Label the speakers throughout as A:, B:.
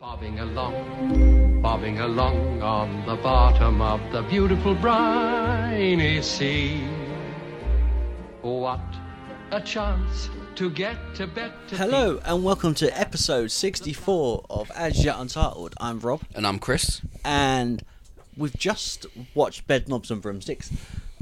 A: Bobbing along, bobbing along on the bottom of the beautiful briny sea. What a chance to get a better.
B: Hello and welcome to episode 64 of As Yet Untitled. I'm Rob,
C: And I'm Chris.
B: and we've just watched Bed Knobs and Broomsticks,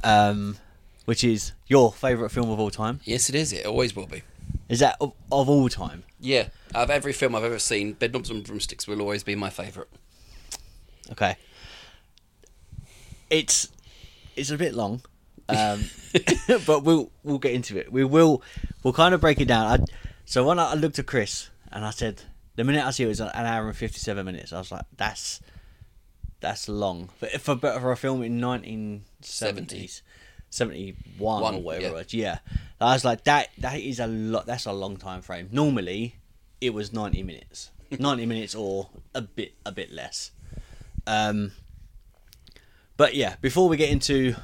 B: um, which is your favourite film of all time.
C: Yes, it is. It always will be.
B: Is that of, of all time?
C: Yeah, out of every film I've ever seen, Bedknobs and Broomsticks will always be my favourite.
B: Okay. It's it's a bit long, um, but we'll we'll get into it. We will we'll kind of break it down. I, so when I, I looked at Chris and I said, the minute I see it was an hour and fifty seven minutes, I was like, that's that's long for for, for a film in nineteen seventies. 71 or
C: One,
B: whatever
C: yeah.
B: it was yeah i was like that that is a lot that's a long time frame normally it was 90 minutes 90 minutes or a bit a bit less um, but yeah, before we get into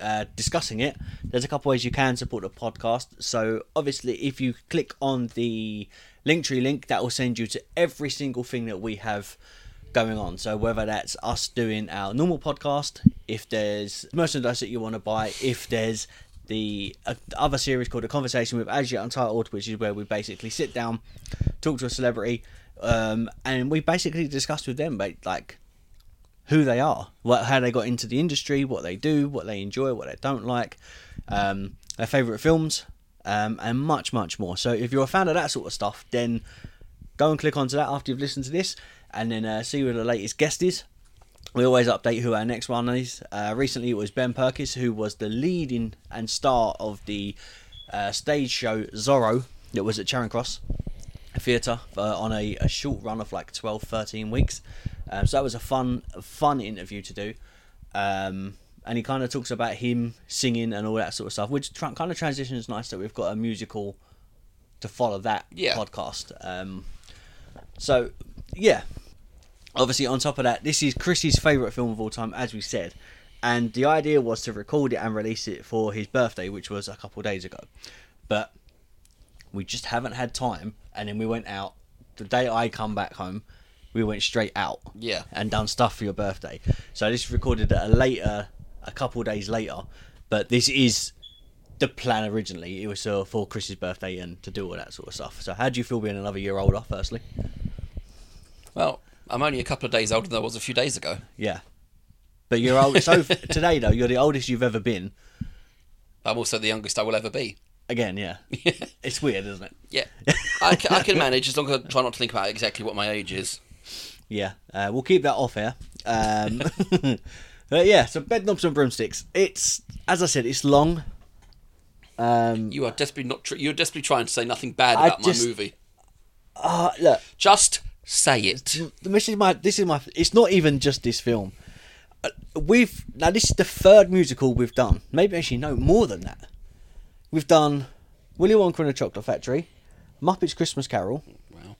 B: uh, discussing it, there's a couple ways you can support the podcast. So obviously, if you click on the Linktree link, that will send you to every single thing that we have going on. So whether that's us doing our normal podcast, if there's merchandise that you want to buy, if there's the uh, other series called A Conversation with As Yet Untitled, which is where we basically sit down, talk to a celebrity, um, and we basically discuss with them like- like who they are, what, how they got into the industry, what they do, what they enjoy, what they don't like, um, their favourite films, um, and much, much more. So if you're a fan of that sort of stuff, then go and click onto that after you've listened to this, and then uh, see who the latest guest is. We always update who our next one is. Uh, recently, it was Ben Perkis, who was the leading and star of the uh, stage show Zorro that was at Charing Cross theatre uh, on a, a short run of like 12 13 weeks um, so that was a fun a fun interview to do um, and he kind of talks about him singing and all that sort of stuff which tra- kind of transitions nice that we've got a musical to follow that
C: Yeah.
B: podcast um, so yeah obviously on top of that this is chris's favorite film of all time as we said and the idea was to record it and release it for his birthday which was a couple days ago but we just haven't had time and then we went out the day i come back home we went straight out
C: Yeah.
B: and done stuff for your birthday so this is recorded at a later a couple days later but this is the plan originally it was uh, for chris's birthday and to do all that sort of stuff so how do you feel being another year older firstly
C: Well, I'm only a couple of days older than I was a few days ago.
B: yeah but you're old so f- today though you're the oldest you've ever been
C: I'm also the youngest I will ever be.
B: again yeah it's weird isn't it
C: Yeah, I, ca- I can manage as long as I try not to think about exactly what my age is.
B: Yeah, uh, we'll keep that off air. Um, but yeah, so bed knobs and broomsticks. It's as I said, it's long. Um,
C: You are desperately not. Tr- you're desperately trying to say nothing bad
B: I
C: about
B: just-
C: my movie.
B: uh, look,
C: Just say it.
B: this is my this is my. It's not even just this film. Uh, We've now this is the third musical we've done. Maybe actually no more than that. We've done Willy Wonka and the Chocolate Factory, Muppets Christmas Carol,
C: Well,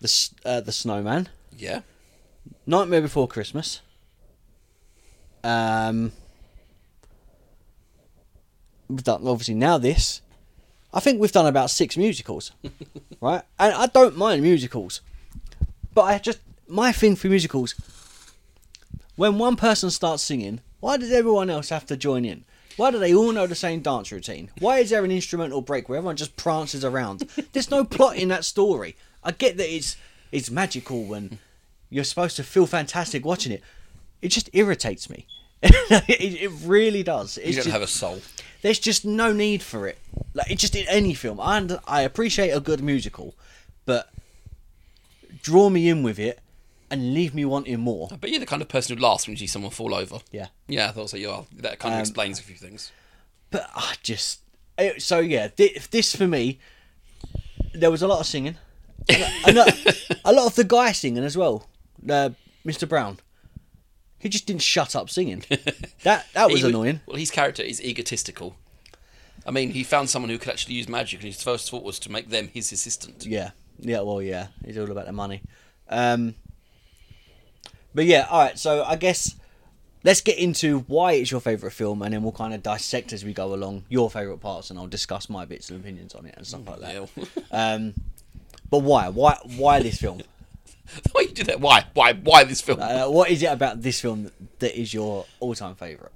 B: the S- uh, the Snowman,
C: yeah.
B: Nightmare Before Christmas. Um, we've done obviously now this. I think we've done about six musicals, right? And I don't mind musicals, but I just my thing for musicals. When one person starts singing, why does everyone else have to join in? Why do they all know the same dance routine? Why is there an instrumental break where everyone just prances around? There's no plot in that story. I get that it's it's magical and you're supposed to feel fantastic watching it. It just irritates me. it, it really does. It's
C: You don't
B: just-
C: have a soul.
B: there's just no need for it. Like it's just in any film. I under- I appreciate a good musical, but draw me in with it and leave me wanting more.
C: But you're the kind of person who laughs when you see someone fall over.
B: Yeah.
C: Yeah, Um, I thought so. You are. That kind of explains a few things.
B: But I just it, so yeah. thi- this for me, there was a lot of singing, and, a- and a, a lot of the guy singing as well. Uh, Mr. Brown, he just didn't shut up singing. That that was
C: He would-
B: annoying.
C: well, his character is egotistical. I mean, he found someone who could actually use magic, and his first thought was to make them his assistant.
B: Yeah, yeah, well, yeah, it's all about the money. Um, but yeah, all right. So I guess let's get into why it's your favorite film, and then we'll kind of dissect as we go along your favorite parts, and I'll discuss my bits and opinions on it and stuff like that.
C: Hell.
B: Um, but why, why, why this film?
C: the way you do that. Why? Why? Why this film?
B: Uh, what is it about this film that is your all-time favorite?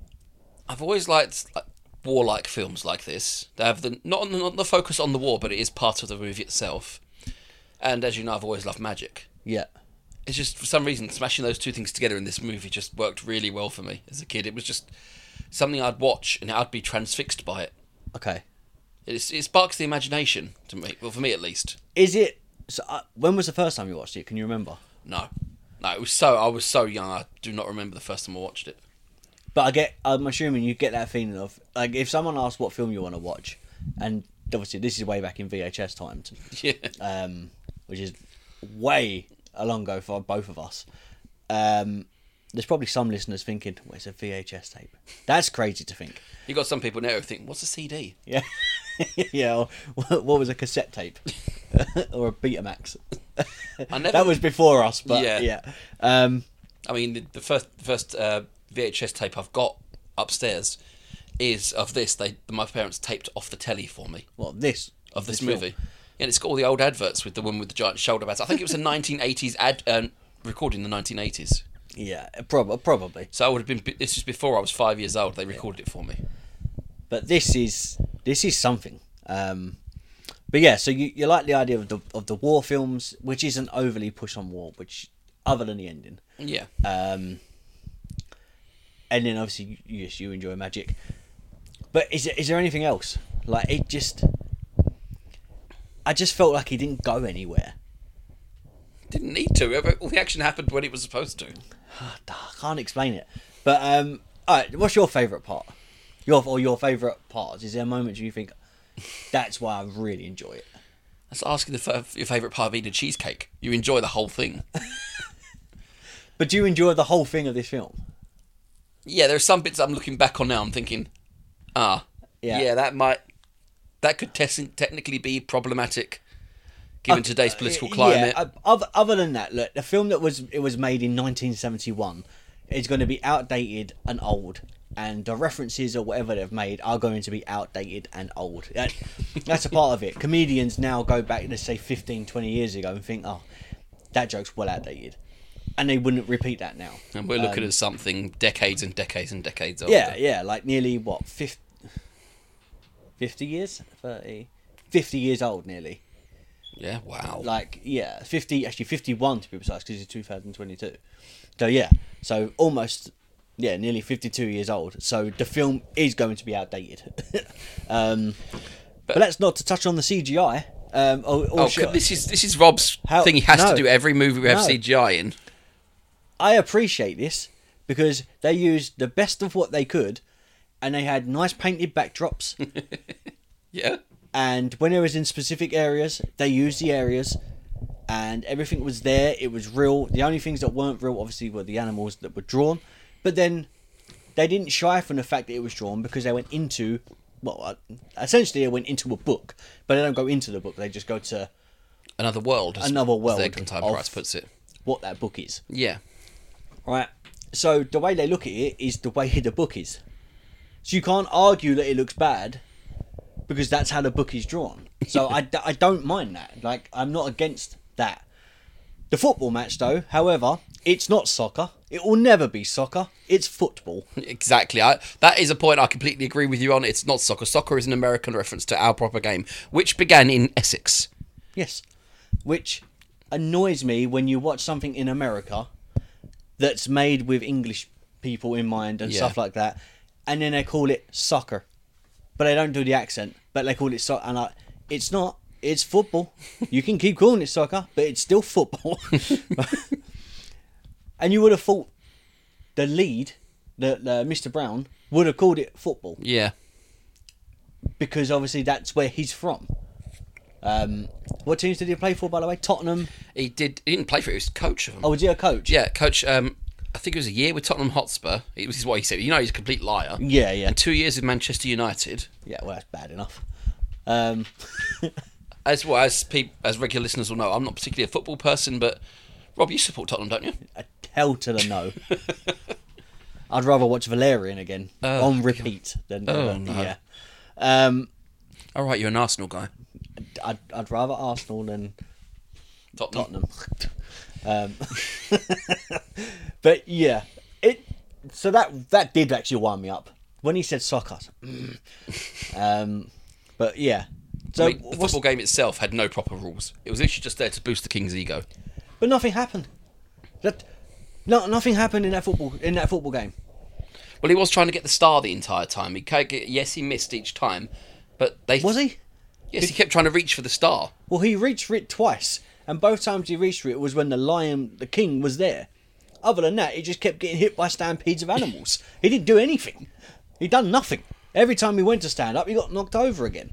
C: I've always liked like, warlike films like this. They have the not on the, not the focus on the war, but it is part of the movie itself. And as you know, I've always loved magic.
B: Yeah,
C: It's just for some reason smashing those two things together in this movie just worked really well for me as a kid. It was just something I'd watch and I'd be transfixed by it.
B: okay.
C: It's, it sparks the imagination to me. Well, for me at least.
B: Is it? So, uh, when was the first time you watched it? Can you remember?
C: No, no. It was so I was so young. I do not remember the first time I watched it.
B: But I get. I'm assuming you get that feeling of like if someone asks what film you want to watch, and obviously this is way back in VHS times,
C: Yeah.
B: um, which is way a long ago for both of us. Um, there's probably some listeners thinking, well, it's a VHS tape. That's crazy to think.
C: You got some people now who think, "What's a CD?"
B: Yeah. yeah. Or, what what was a cassette tape? or a Betamax?
C: I never.
B: That was before us, but
C: Yeah.
B: yeah. Um,
C: I mean, the, the first the first uh, VHS tape I've got upstairs is of this. They my parents taped off the telly for me
B: well, this.
C: of this,
B: film.
C: movie, and it's got all the old adverts with the woman with the giant shoulder pads. I think it was a 1980s ad um, recording the 1980s.
B: Yeah, prob- probably.
C: So I would have been. This was before I was five years old. They recorded it for me.
B: But this is this is something. Um, but yeah, so you, you like the idea of the of the war films, which isn't overly push on war, which other than the ending.
C: Yeah.
B: Um, and then obviously you, you- you enjoy magic. But is there, is there anything else? Like it just, I just felt like he didn't go anywhere.
C: Didn't need to. but All the action happened when it was supposed to.
B: I can't explain it. But um, all right, what's your favourite part? Your or your favourite parts? Is there moments you think that's why I really enjoy it?
C: That's asking the, f- your favourite part of eating a cheesecake. You enjoy the whole thing.
B: But do you enjoy the whole thing of this film?
C: yeah, there are some bits I'm looking back on now. I'm thinking, ah, yeah,
B: Yeah.
C: that might that could tes- technically be problematic given today's political
B: Uh, Yeah,
C: climate.
B: uh, other, other than that, look, the film that was it was made in 1971 is going to be outdated and old, and the references or whatever they've made are going to be outdated and old. That, that's a part of it. Comedians now go back, let's say 15, 20 years ago, and think, oh, that joke's well outdated, and they wouldn't repeat that now. Um,
C: and we're looking at something decades and decades and decades older.
B: Yeah, yeah, like nearly what 50, 50 years, 30, 50 years old, nearly.
C: yeah. Wow.
B: like yeah 50 actually 51 to be precise because it's 2022 so yeah so almost yeah nearly 52 years old so the film is going to be outdated um but, that's not to touch on the cgi um or, or
C: oh,
B: should-
C: could- this is this is Rob's
B: How-
C: thing. He has
B: no.
C: to do every movie we have
B: No.
C: CGI in.
B: i appreciate this because they used the best of what they could and they had nice painted backdrops
C: Yeah.
B: and when it was in specific areas, they used the areas, and everything was there. It was real. The only things that weren't real, obviously, were the animals that were drawn, but then they didn't shy from the fact that it was drawn because they went into, well, uh, essentially, they went into a book, but they don't go into the book. They just go to
C: Another world. as-
B: Another
C: as
B: world
C: their Time
B: of-
C: Price puts it.
B: what that book is,
C: Yeah.
B: right? So the way they look at it is the way the book is. So you can't argue that it looks bad because that's how the book is drawn. So I, d- I don't mind that. Like, I'm not against that. The football match, though, however, it's not soccer. It will never be soccer. It's football.
C: Exactly. I, that is a point I completely agree with you on. It's not soccer. Soccer is an American reference to our proper game, which began in Essex.
B: Yes. Which annoys me when you watch something in America that's made with English people in mind and
C: Yeah.
B: stuff like that, and then they call it soccer. But they don't do the accent, but they call it soccer. And I, it's not. It's football. You can keep calling it soccer, but it's still football. and you would have thought the lead, the, the Mr. Brown, would have called it football
C: Yeah.
B: because obviously that's where he's from. Um, what teams did he play for, by the way? Tottenham.
C: He did. He didn't play for it. He was coach of them.
B: Oh, was he a coach?
C: yeah, coach. Um, I think it was a year with Tottenham Hotspur. It was what he said. You know, he's a complete liar.
B: Yeah, yeah.
C: And two years with Manchester United.
B: Yeah, well, that's bad enough. Um,
C: As well as peop as regular listeners will know, I'm not particularly a football person, but Rob, you support Tottenham, don't you?
B: a hell to the no. I'd rather watch Valerian again on repeat than than-
C: Oh, no.
B: yeah. Um,
C: All right, you're an Arsenal guy.
B: I'd, I'd rather Arsenal than
C: Tottenham.
B: Tottenham. Um, but yeah, it. So that that did actually wind me up when he said soccer. I was like, "Mm." um, but yeah. So
C: I mean, the
B: what's-
C: football game itself had no proper rules. It was literally just there to boost the king's ego.
B: but nothing happened. That no nothing happened in that football in that football game.
C: Well, he was trying to get the star the entire time. He ca- yes, he missed each time, but they
B: Was he?
C: Yes, he kept trying to reach for the star.
B: Well, he reached for it twice, and both times he reached for it was when the lion, the king, was there. Other than that, he just kept getting hit by stampedes of animals. he didn't do anything. He done nothing. Every time he went to stand up, he got knocked over again.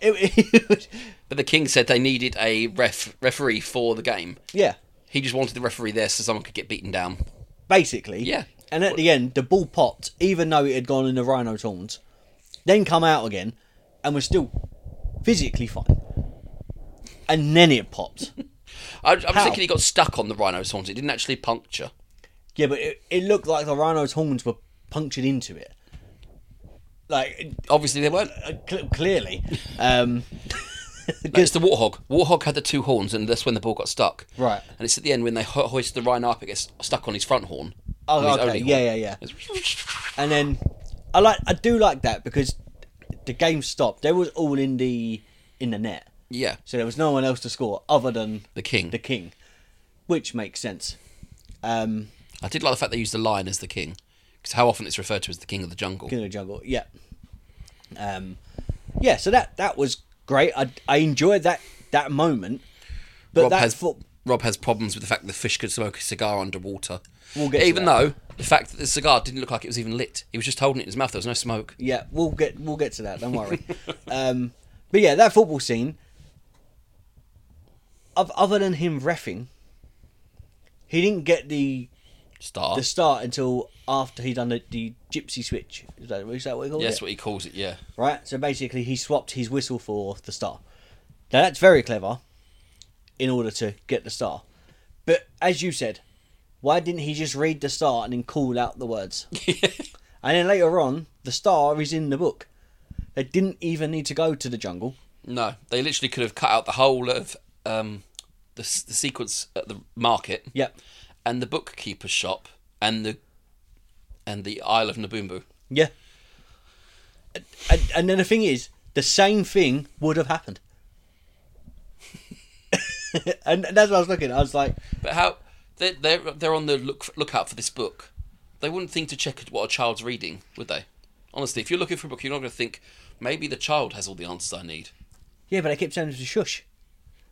B: It, it was-
C: But the king said they needed a ref referee for the game.
B: yeah,
C: He just wanted the referee there so someone could get beaten down.
B: basically.
C: Yeah.
B: And at the end, the ball popped, even though it had gone in the rhino's horns, then come out again, and was still physically fine. And then it popped.
C: I, I was
B: How?
C: thinking he got stuck on the rhino's horns. It didn't actually puncture.
B: Yeah, but it, it looked like the rhino's horns were punctured into it. Like,
C: Obviously, they weren't.
B: uh, cl- clearly. Um,
C: No, it's the warthog. Warthog had the two horns, and that's when the ball got stuck.
B: Right.
C: And it's at the end when they ho- hoist the rhino up, it gets stuck on his front horn.
B: Oh,
C: On his
B: okay.
C: only horn.
B: Yeah, yeah, yeah.
C: It's-
B: and then I like I do like that because the game stopped. They was all in the in the net,
C: Yeah.
B: so there was no one else to score other than
C: The king.
B: The king, which makes sense. Um,
C: I did like the fact they used the lion as the king, because how often it's referred to as the king of the jungle.
B: King of the Jungle. Yeah. Um, yeah. So that that was great. I I enjoyed that that moment. But
C: Rob
B: that
C: has
B: foot,
C: Rob has problems with the fact that the fish could smoke a cigar underwater.
B: We'll get to
C: even
B: that.
C: though the fact that the cigar didn't look like it was even lit, he was just holding it in his mouth. There was no smoke.
B: Yeah, we'll get we'll get to that. Don't worry. um, but yeah, that football scene. Of, other than him refing, he didn't get the
C: Star.
B: the start until after he done the, the gypsy switch. Is that, is that what he called
C: yeah,
B: it?
C: that's what he calls it. Yeah,
B: right. So basically, he swapped his whistle for the star. Now that's very clever, in order to get the star. But as you said, why didn't he just read the star and then call out the words? And then later on, the star is in the book. They didn't even need to go to the jungle.
C: no, they literally could have cut out the whole of um, the s- the sequence at the market.
B: Yep.
C: and the bookkeeper's shop and the and the Isle of Nabumbu.
B: Yeah. And, and then the thing is, the same thing would have happened. and that's what I was looking. at. I was like,
C: But how they they're they're on the look lookout for this book. They wouldn't think to check what a child's reading, would they? Honestly, if you're looking for a book, you're not going to think maybe the child has all the answers I need.
B: yeah, but I kept saying it was a shush.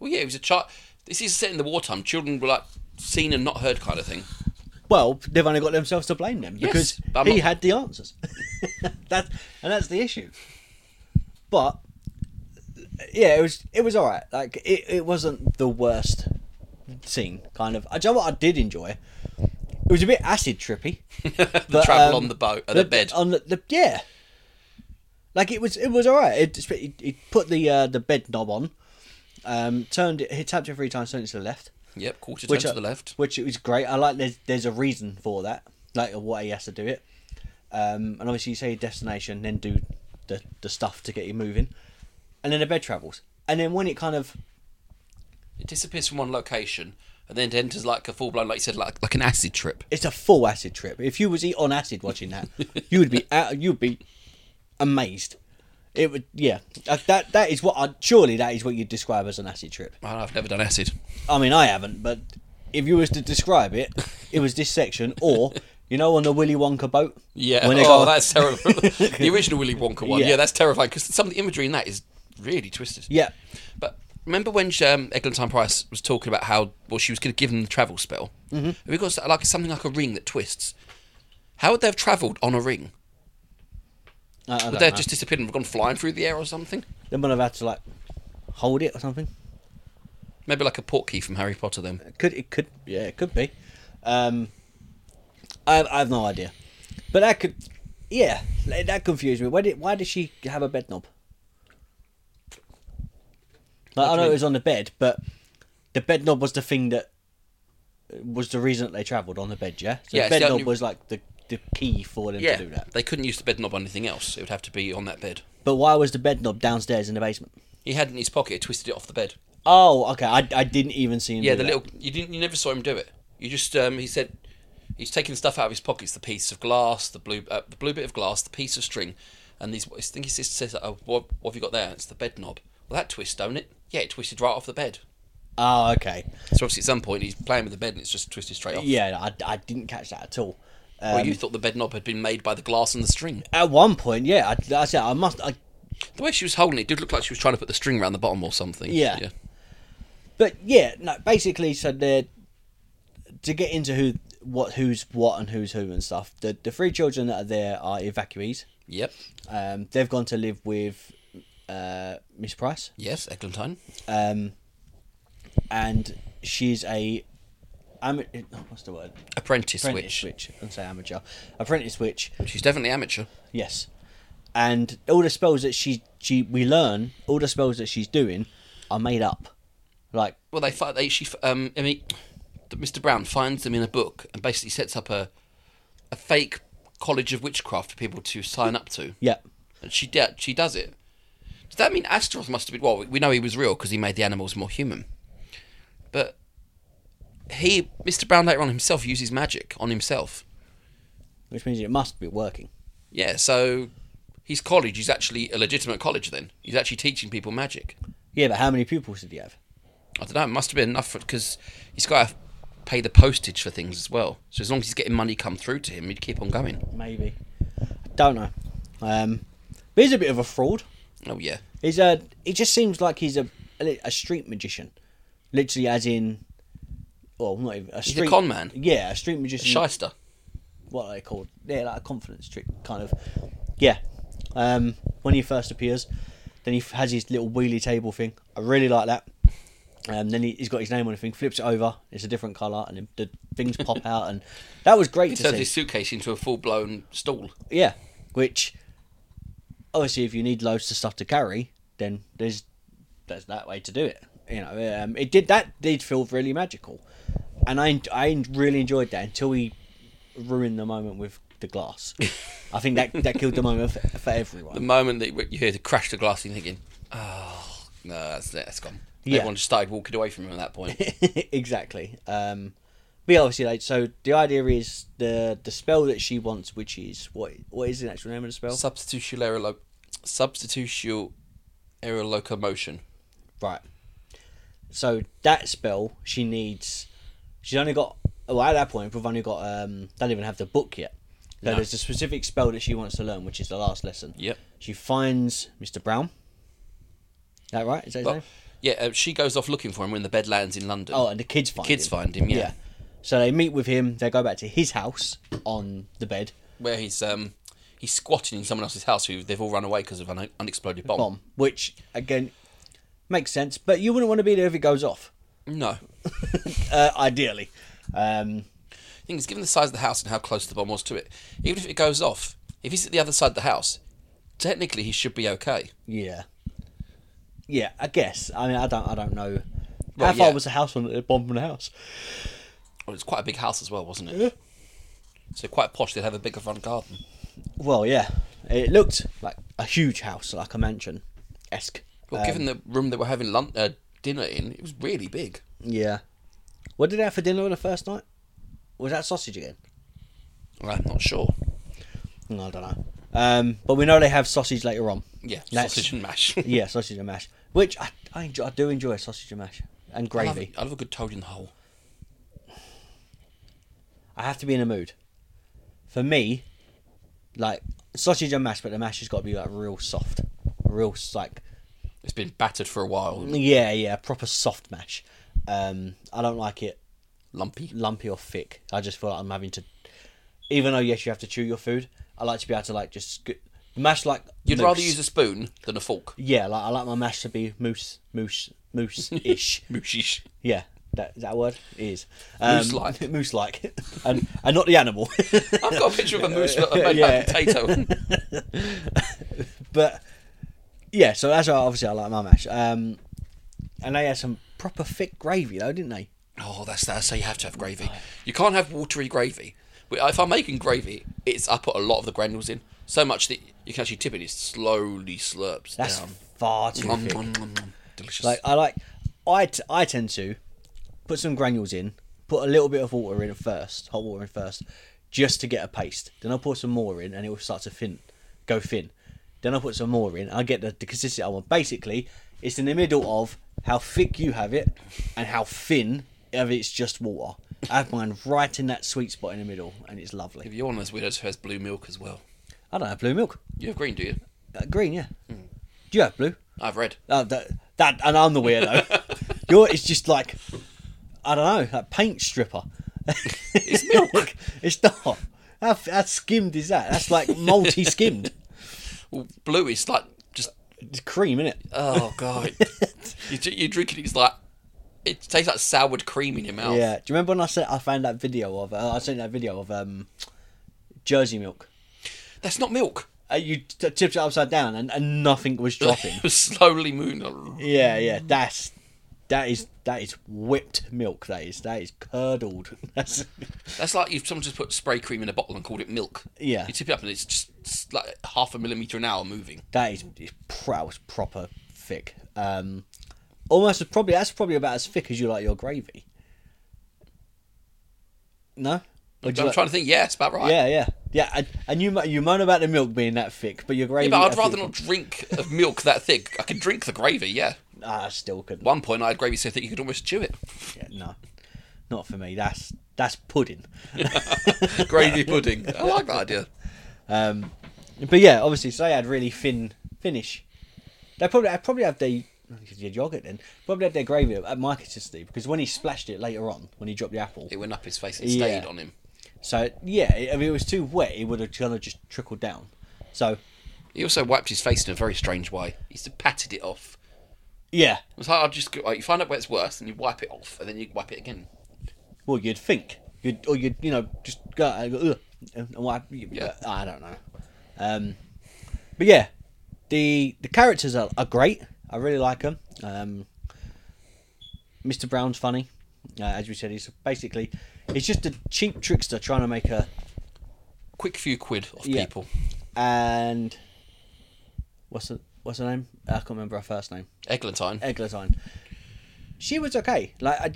C: Well, yeah, it was a child. This is set in the wartime. Children were like seen and not heard kind of thing.
B: Well, they've only got themselves to blame then
C: Yes,
B: because
C: but I'm
B: he
C: not-
B: had the answers. that and that's the issue. But yeah, it was it was all right. Like it, it wasn't the worst scene. Kind of. I do you know what I did enjoy. It was a bit acid trippy.
C: the
B: but,
C: travel
B: um,
C: on the boat, uh, the, bed.
B: on the, the yeah. Like it was, it was all right. It, just- he he put the uh, the bed knob on, um, turned it, he tapped it three times, turned it to the left,
C: yep, quarter turn
B: which
C: to
B: I-
C: the left.
B: which it was great. I like there's there's a reason for that, like why he has to do it. Um, and obviously you say your destination, then do the the stuff to get you moving, and then the bed travels, and then when it kind of
C: It disappears from one location and then it enters like a full blown, like you said, like like an acid trip.
B: it's a full acid trip. If you was eat on acid watching that, you would be out, you'd be amazed. It would, yeah. That- That that is what I surely that is what you'd describe as an acid trip.
C: I I've never done acid.
B: I mean, I haven't, but if you was to describe it, it was this section or you know on the Willy Wonka boat.
C: Yeah.
B: When they
C: oh,
B: go-
C: that's terrible. the original Willy Wonka one.
B: Yeah.
C: Yeah, that's terrifying because some of the imagery in that is really twisted.
B: Yeah,
C: But remember when um, Eglantine Price was talking about how well she was going to give them the travel spell? Mm-hmm. Have we got like something like a ring that twists? How would they have travelled on a
B: I,
C: ring?
B: I don't
C: Would they have
B: know.
C: just disappeared and gone flying through the air or something?
B: They might have had to like hold it or something.
C: Maybe like a portkey from Harry Potter. Then
B: It could it could yeah it could be. Um, I I have no idea, but that could yeah like, that confused me. Why did why did she have a bed knob? Like, I know it was on the bed, but the bed knob was the thing that was the reason that they travelled on the bed. Yeah, so
C: Yeah,
B: the
C: it's
B: bed
C: the
B: knob
C: only-
B: was like the the key for them to do that.
C: they couldn't use the bed knob on anything else. It would have to be on that bed.
B: But why was the bed knob downstairs in the basement?
C: He had it in his pocket, twisted it off the bed.
B: Oh, okay. I, I didn't even see him.
C: Yeah,
B: do
C: the
B: that.
C: little you didn't you never saw him do it. You just um, he said he's taking stuff out of his pockets: the piece of glass, the blue uh, the blue bit of glass, the piece of string, and these. I think he says, says oh, what, what have you got there? It's the bed knob. Well, that twists, don't it? Yeah, it twisted right off the bed.
B: Oh, okay.
C: So obviously, at some point, he's playing with the bed and it's just twisted straight off.
B: Yeah, I, I didn't catch that at all. Um,
C: Well, you thought the bed knob had been made by the glass and the string.
B: At one point, yeah, I, like I said I must. I,
C: The way she was holding it, it did look like she was trying to put the string around the bottom or something.
B: Yeah. but yeah, no. Basically, so they're to get into who, what, who's what, and who's who and stuff. The the three children that are there are evacuees.
C: Yep.
B: Um, they've gone to live with uh, Miss Price,
C: Yes, Eglantine.
B: um, and she's a. Ama- what's the word? Apprentice
C: Apprentice, Apprentice witch.
B: witch. I'd say amateur. Apprentice witch.
C: She's definitely amateur.
B: Yes, and all the spells that she she we learn all the spells that she's doing are made up. Like
C: Well, they find they she um I mean, th- Mr. Brown finds them in a book and basically sets up a a fake college of witchcraft for people to sign up to.
B: yeah,
C: And she da- she does it. Does that mean Astaroth must have been? Well, we know he was real because he made the animals more human. But he, Mr. Brown, later on himself uses magic on himself.
B: which means it must be working.
C: Yeah, so his college is actually a legitimate college. Then he's actually teaching people magic.
B: Yeah, but how many pupils did he have?
C: I don't know. It must have been enough because he's got to pay the postage for things as well. So as long as he's getting money come through to him, he'd keep on going.
B: Maybe, don't know. Um, but he's a bit of a fraud.
C: Oh yeah,
B: He's a. It just seems like he's a a, li- a street magician, literally as in, well, not even a
C: a
B: street
C: con man.
B: Yeah, a street magician.
C: shyster.
B: what are they called? Yeah, like a confidence trick, kind of. Yeah. Um, when he first appears, then he f- has his little wheelie table thing. I really like that. Um, then he, he's got his name on the thing, flips it over, it's a different colour, and the things pop out, and that was great
C: He
B: to
C: turns
B: see.
C: his suitcase into a full blown stool.
B: Yeah, which obviously, if you need loads of stuff to carry, then there's there's that way to do it. You know, um, it did that did feel really magical, and I I really enjoyed that until we ruined the moment with the glass. I think that that killed the moment for, for
C: The
B: everyone.
C: moment that you hear the crash the glass, you're thinking, oh no, that's it, that's gone.
B: Yeah.
C: Everyone just started walking away from him at that point.
B: exactly. Um, but yeah, obviously, like so, the idea is the the spell that she wants, which is what what is the actual name of the spell?
C: Substitutionary lo- substitutional aerial locomotion.
B: Right. So that spell she needs. She's only got. Well, at that point, we've only got. Um, don't even have the book yet. So
C: No.
B: there's a specific spell that she wants to learn, which is the last lesson.
C: Yep.
B: She finds Mr. Brown. Is that right? Is that his
C: Well,
B: name?
C: yeah, uh, she goes off looking for him when the bed lands in London.
B: Oh, and the kids find
C: kids
B: him.
C: find him, yeah.
B: So they meet with him. They go back to his house on the bed
C: where he's um he's squatting in someone else's house who they've all run away because of an unexploded bomb.
B: bomb, which again makes sense, but you wouldn't want to be there if it goes off.
C: No, I
B: Uh, ideally. Um,
C: think it's given the size of the house and how close the bomb was to it. Even if it goes off, if he's at the other side of the house, technically he should be okay.
B: Yeah. Yeah, I guess. I mean, I don't, I don't know. How
C: Well,
B: far
C: yeah.
B: was the house from the bomb from the house?
C: Well, it's quite a big house as well, wasn't it? So quite posh. They'd have a bigger front garden.
B: Well, yeah, it looked like a huge house, like a Um, mansion esque.
C: Well, given the room they were having lunch, uh, dinner in, it was really big.
B: Yeah. What did they have for dinner on the first night? Was that sausage again?
C: Well, I'm not sure.
B: No, I don't know. Um, but we know they have sausage later on.
C: Yeah,
B: That's-
C: sausage and mash.
B: Yeah, sausage and mash, which I, I, enjoy, I do enjoy sausage and mash and
C: I love,
B: gravy.
C: I love a good toad in the hole.
B: I have to be in a mood. For me, like sausage and mash, but the mash has got to be like real soft, real like
C: It's been battered for a while,
B: yeah, yeah, proper soft mash. Um, I don't like it
C: lumpy.
B: lumpy or thick. I just feel like I'm having to, even though yes, you have to chew your food. I like to be able to like just sc- mash like
C: You'd
B: moose.
C: rather use a spoon than a fork.
B: yeah, like I like my mash to be moose, moose, moose ish.
C: Mooshish.
B: yeah, that is that a word it is um,
C: Moose-like.
B: moose like, and and not the animal.
C: I've got a picture of a moose that I made
B: Yeah.
C: out of potato.
B: but yeah, so that's why obviously I like my mash. Um, and they had some proper thick gravy though, didn't they?
C: oh, that's that's how you have to have gravy. You can't have watery gravy. But If I'm making gravy, it's I put a lot of the granules in, so much that you can actually tip it. It slowly slurps
B: That's
C: down.
B: far too
C: Nom,
B: thick.
C: nom, nom, nom. Delicious.
B: Like I like I, t- I tend to put some granules in, put a little bit of water in first, hot water in first, just to get a paste. Then I'll pour some more in and it will start to thin, go thin. Then I'll put some more in. I get the, the consistency I want. Basically, it's in the middle of how thick you have it and how thin of it's just water. I have mine right in that sweet spot in the middle and it's lovely.
C: You're one of those weirdos who has blue milk as well.
B: I don't have blue milk.
C: You have green, do you?
B: Uh, green, yeah. Do you have blue?
C: I've red.
B: Uh, that, that, and I'm the weirdo. Your it's just like I don't know, that paint stripper. it's milk. it's not. How, how skimmed is that? That's like multi-skimmed.
C: Well, blue is like just
B: It's cream, isn't it?
C: oh god. you, dr- you drink it, it's like it tastes like soured cream in your mouth.
B: Yeah. Do you remember when I said I found that video of? Uh, I sent that video of um, Jersey milk.
C: That's not milk.
B: Uh, you t- tipped it upside down, and, and nothing was dropping.
C: It was slowly moving.
B: yeah, yeah. That's that is that is whipped milk. That is that is curdled. That's
C: That's like if someone just put spray cream in a bottle and called it milk.
B: Yeah.
C: You tip it up and it's just it's like half a millimeter an hour moving.
B: That is it's pr- that was proper thick. Um, almost as probably that's probably about as thick as you like your gravy. No, Or
C: I'm
B: do you like-
C: trying to think. Yeah, it's about right.
B: yeah, yeah, yeah. And, and you mo- you moan about the milk being that thick, but your gravy.
C: Yeah, but I'd
B: I
C: rather not
B: think-
C: drink of milk that thick. I could drink the gravy, yeah.
B: Ah, I still couldn't.
C: One point I had gravy so thick you could almost chew it.
B: Yeah, no, not for me. That's that's pudding.
C: gravy pudding. I like that idea.
B: But yeah, obviously, so they had really thin finish. They probably they probably have their you had yogurt then. Probably had their gravy at my consistency because when he splashed it later on, when he dropped the apple,
C: It went up his face. It
B: Yeah.
C: stayed on him.
B: So yeah, I mean, it was too wet. It would have kind of just trickled down. So
C: He also wiped his face in a very strange way. He sort of patted it off.
B: yeah,
C: It was like, I just go- like, you find out where it's worse and you wipe it off and then you wipe it again.
B: well, you'd think you'd or you'd you know just go uh, go, "Ugh," and wipe. Yeah.
C: Yeah.
B: I don't know. Um, but yeah, the the characters are, are great. I really like them. Um, Mr. Brown's funny, uh, as we said. He's basically he's just a cheap trickster trying to make a
C: Quick few quid off
B: Yeah.
C: people.
B: and what's the, what's her name? I can't remember her first name.
C: Eglantine.
B: Eglantine. She was okay. Like, I,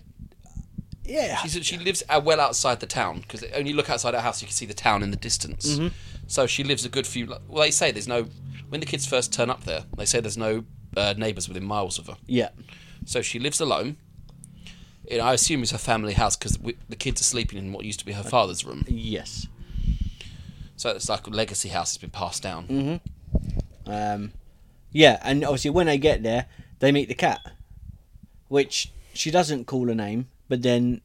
B: yeah,
C: She said she lives uh, well outside the town because only look outside our house you can see the town in the distance. So she lives a good few. li- Well, they say there's no. When the kids first turn up there, they say there's no uh, neighbours within miles of her.
B: yeah,
C: So she lives alone. You know, I assume it's her family house because the kids are sleeping in what used to be her father's room.
B: yes.
C: So it's like a legacy house has been passed down.
B: Um, yeah, and obviously when they get there, they meet the cat, which she doesn't call a name, but then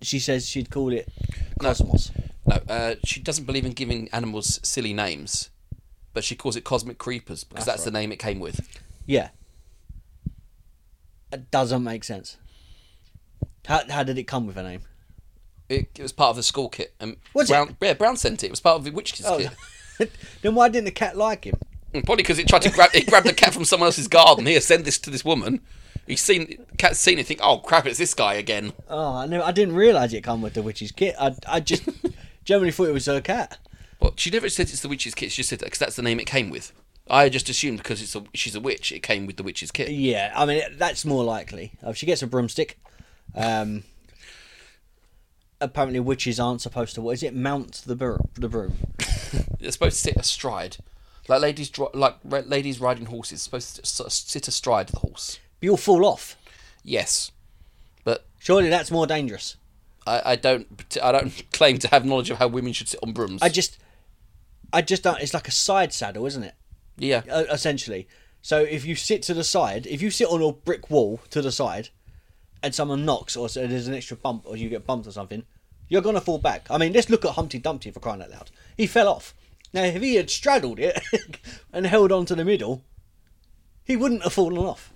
B: she says she'd call it Cosmos.
C: No, uh, she doesn't believe in giving animals silly names, but she calls it cosmic creepers because that's, the name it came with.
B: Yeah, it doesn't make sense. How how did it come with a name?
C: It, it was part of the school kit. And
B: Was it? Oh,
C: Brown, Yeah, Brown sent it. It was part of the witch kit's kit.
B: then why didn't the cat like him?
C: And Probably because it tried to grab it grabbed a cat from someone else's garden. Here, send this to this woman. He's seen cat's seen it. Think, oh crap, it's this guy again.
B: Oh, I never, I didn't realise it come with the witch's kit. I I just generally thought it was her cat.
C: Well, she never said it's the witch's kit. She just said that because that's the name it came with. I just assumed because it's a, she's a witch, it came with the witch's kit.
B: Yeah, I mean that's more likely. Uh, she gets a broomstick. Um, apparently, witches aren't supposed to. What is it? Mount the broom. The broom.
C: They're supposed to sit astride, like ladies dri- like re- ladies riding horses, supposed to sort of sit astride the horse.
B: You'll fall off.
C: Yes, but
B: Surely that's more dangerous.
C: I, I don't pat- I don't claim to have knowledge of how women should sit on brooms.
B: I just, I just don't. It's like a side saddle, isn't it?
C: yeah.
B: Uh, essentially. So if you sit to the side, if you sit on a brick wall to the side, and someone knocks or so there's an extra bump or you get bumped or something, you're gonna fall back. I mean, let's look at Humpty Dumpty for crying out loud. He fell off. Now if he had straddled it and held on to the middle, he wouldn't have fallen off.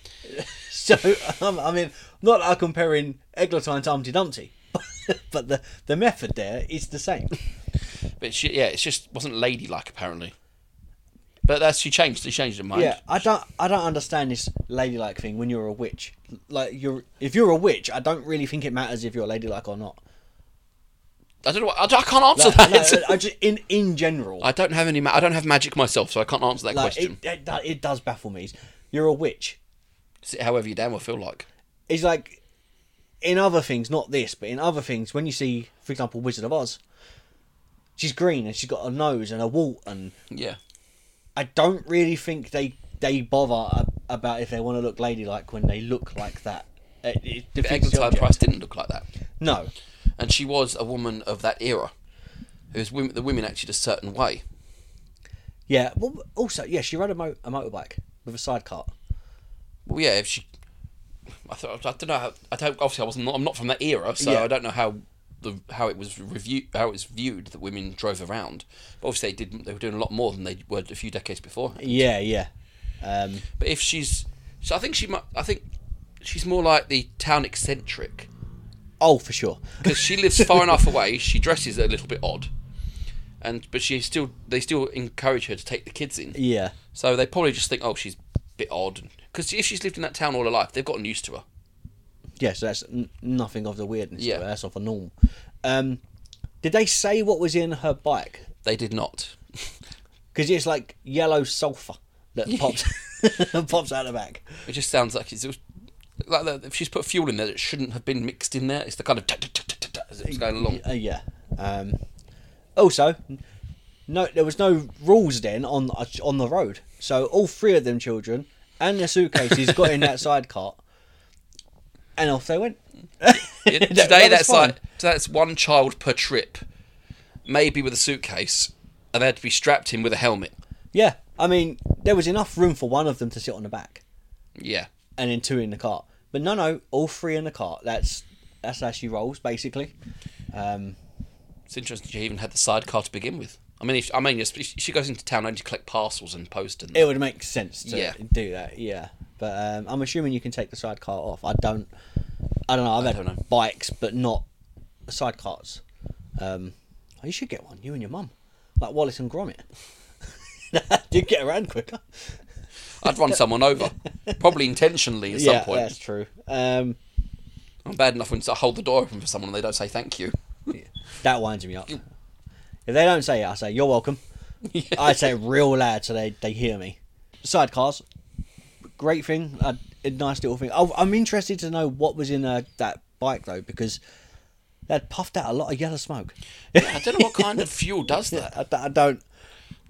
B: so um, I mean, not that I'm comparing Eglantine to Humpty Dumpty, but the the method there is the same.
C: But she, yeah, it just wasn't ladylike apparently. But that's she changed. She changed her mind.
B: Yeah, I don't, I don't understand this ladylike thing when you're a witch. Like you're, if you're a witch, I don't really think it matters if you're ladylike or not.
C: I don't know. What, I, don't- I can't answer
B: Like,
C: that.
B: no, I just in in general,
C: I don't have any. Ma- I don't have magic myself, so I can't answer that
B: like
C: question.
B: it, it, that- it does baffle me. You're a witch.
C: sit however you damn well feel like.
B: It's like in other things, not this, but in other things, when you see, for example, Wizard of Oz, she's green and she's got a nose and a wart, and
C: Yeah.
B: I don't really think they they bother ab- about if they want to look ladylike when they look like that. It, it
C: But
B: defeats the
C: Agatha
B: object.
C: Price didn't look like that.
B: No,
C: And she was a woman of that era. It was women, the women acted a certain way.
B: yeah. Well, also, yeah, she rode a, mo- a motorbike with a side cart.
C: Well, yeah, if she. I, thought, I don't know how. I don't, obviously, I wasn't. I'm not from that era, so
B: Yeah.
C: I don't know how the how it was review how it was viewed that women drove around. But obviously, they did. They were doing a lot more than they were a few decades before.
B: Yeah, yeah. Um,
C: But if she's, so I think she might. I think she's more like the town eccentric
B: oh, for sure.
C: because she lives far enough away. She dresses a little bit odd, and but she still they still encourage her to take the kids in.
B: Yeah,
C: So they probably just think, oh, she's a bit odd. Because if she's lived in that town all her life, they've gotten used to her.
B: yeah. So that's n- nothing of the weirdness.
C: Yeah.
B: Yeah, that's off a norm. Um, did they say what was in her bike?
C: They did not.
B: Because it's like yellow sulfur that pops pops out the back.
C: It just sounds like it's. It was, like that, if she's put fuel in there that shouldn't have been mixed in there, it's the kind of tut, tut, tut, tut, tut as it's going along.
B: Uh, yeah. Um, also, no, there was no rules then on uh, on the road. So all three of them children and their suitcases got in that side cart, and off they went.
C: Yeah,
B: That-
C: today
B: that was
C: that's
B: fine.
C: like so that's one child per trip, maybe with a suitcase, and they had to be strapped in with a helmet.
B: Yeah, I mean there was enough room for one of them to sit on the back,
C: Yeah,
B: and then two in the cart. But no, no, all three in the cart. That's that's how she rolls basically. Um,
C: it's interesting. She even had the sidecar to begin with. I mean, if I mean, if she goes into town only to collect parcels and post and
B: it would make sense to
C: Yeah.
B: do that. Yeah, but um, I'm assuming you can take the sidecar off. I don't. I don't know. I've had
C: don't know.
B: bikes, but not side carts. Um, oh, you should get one. You and your mum, like Wallace and Gromit. Did get around quicker.
C: I'd run someone over, probably intentionally at
B: yeah,
C: some point.
B: that's true. Um,
C: I'm bad enough when I hold the door open for someone and they don't say thank you.
B: that winds me up. If they don't say it, I say you're welcome. I say it real loud so they, they hear me. Sidecars, great thing, a, a nice little thing. I, I'm interested to know what was in uh, that bike though because that puffed out a lot of yellow smoke.
C: I don't know what kind of fuel does that.
B: I, d- I don't.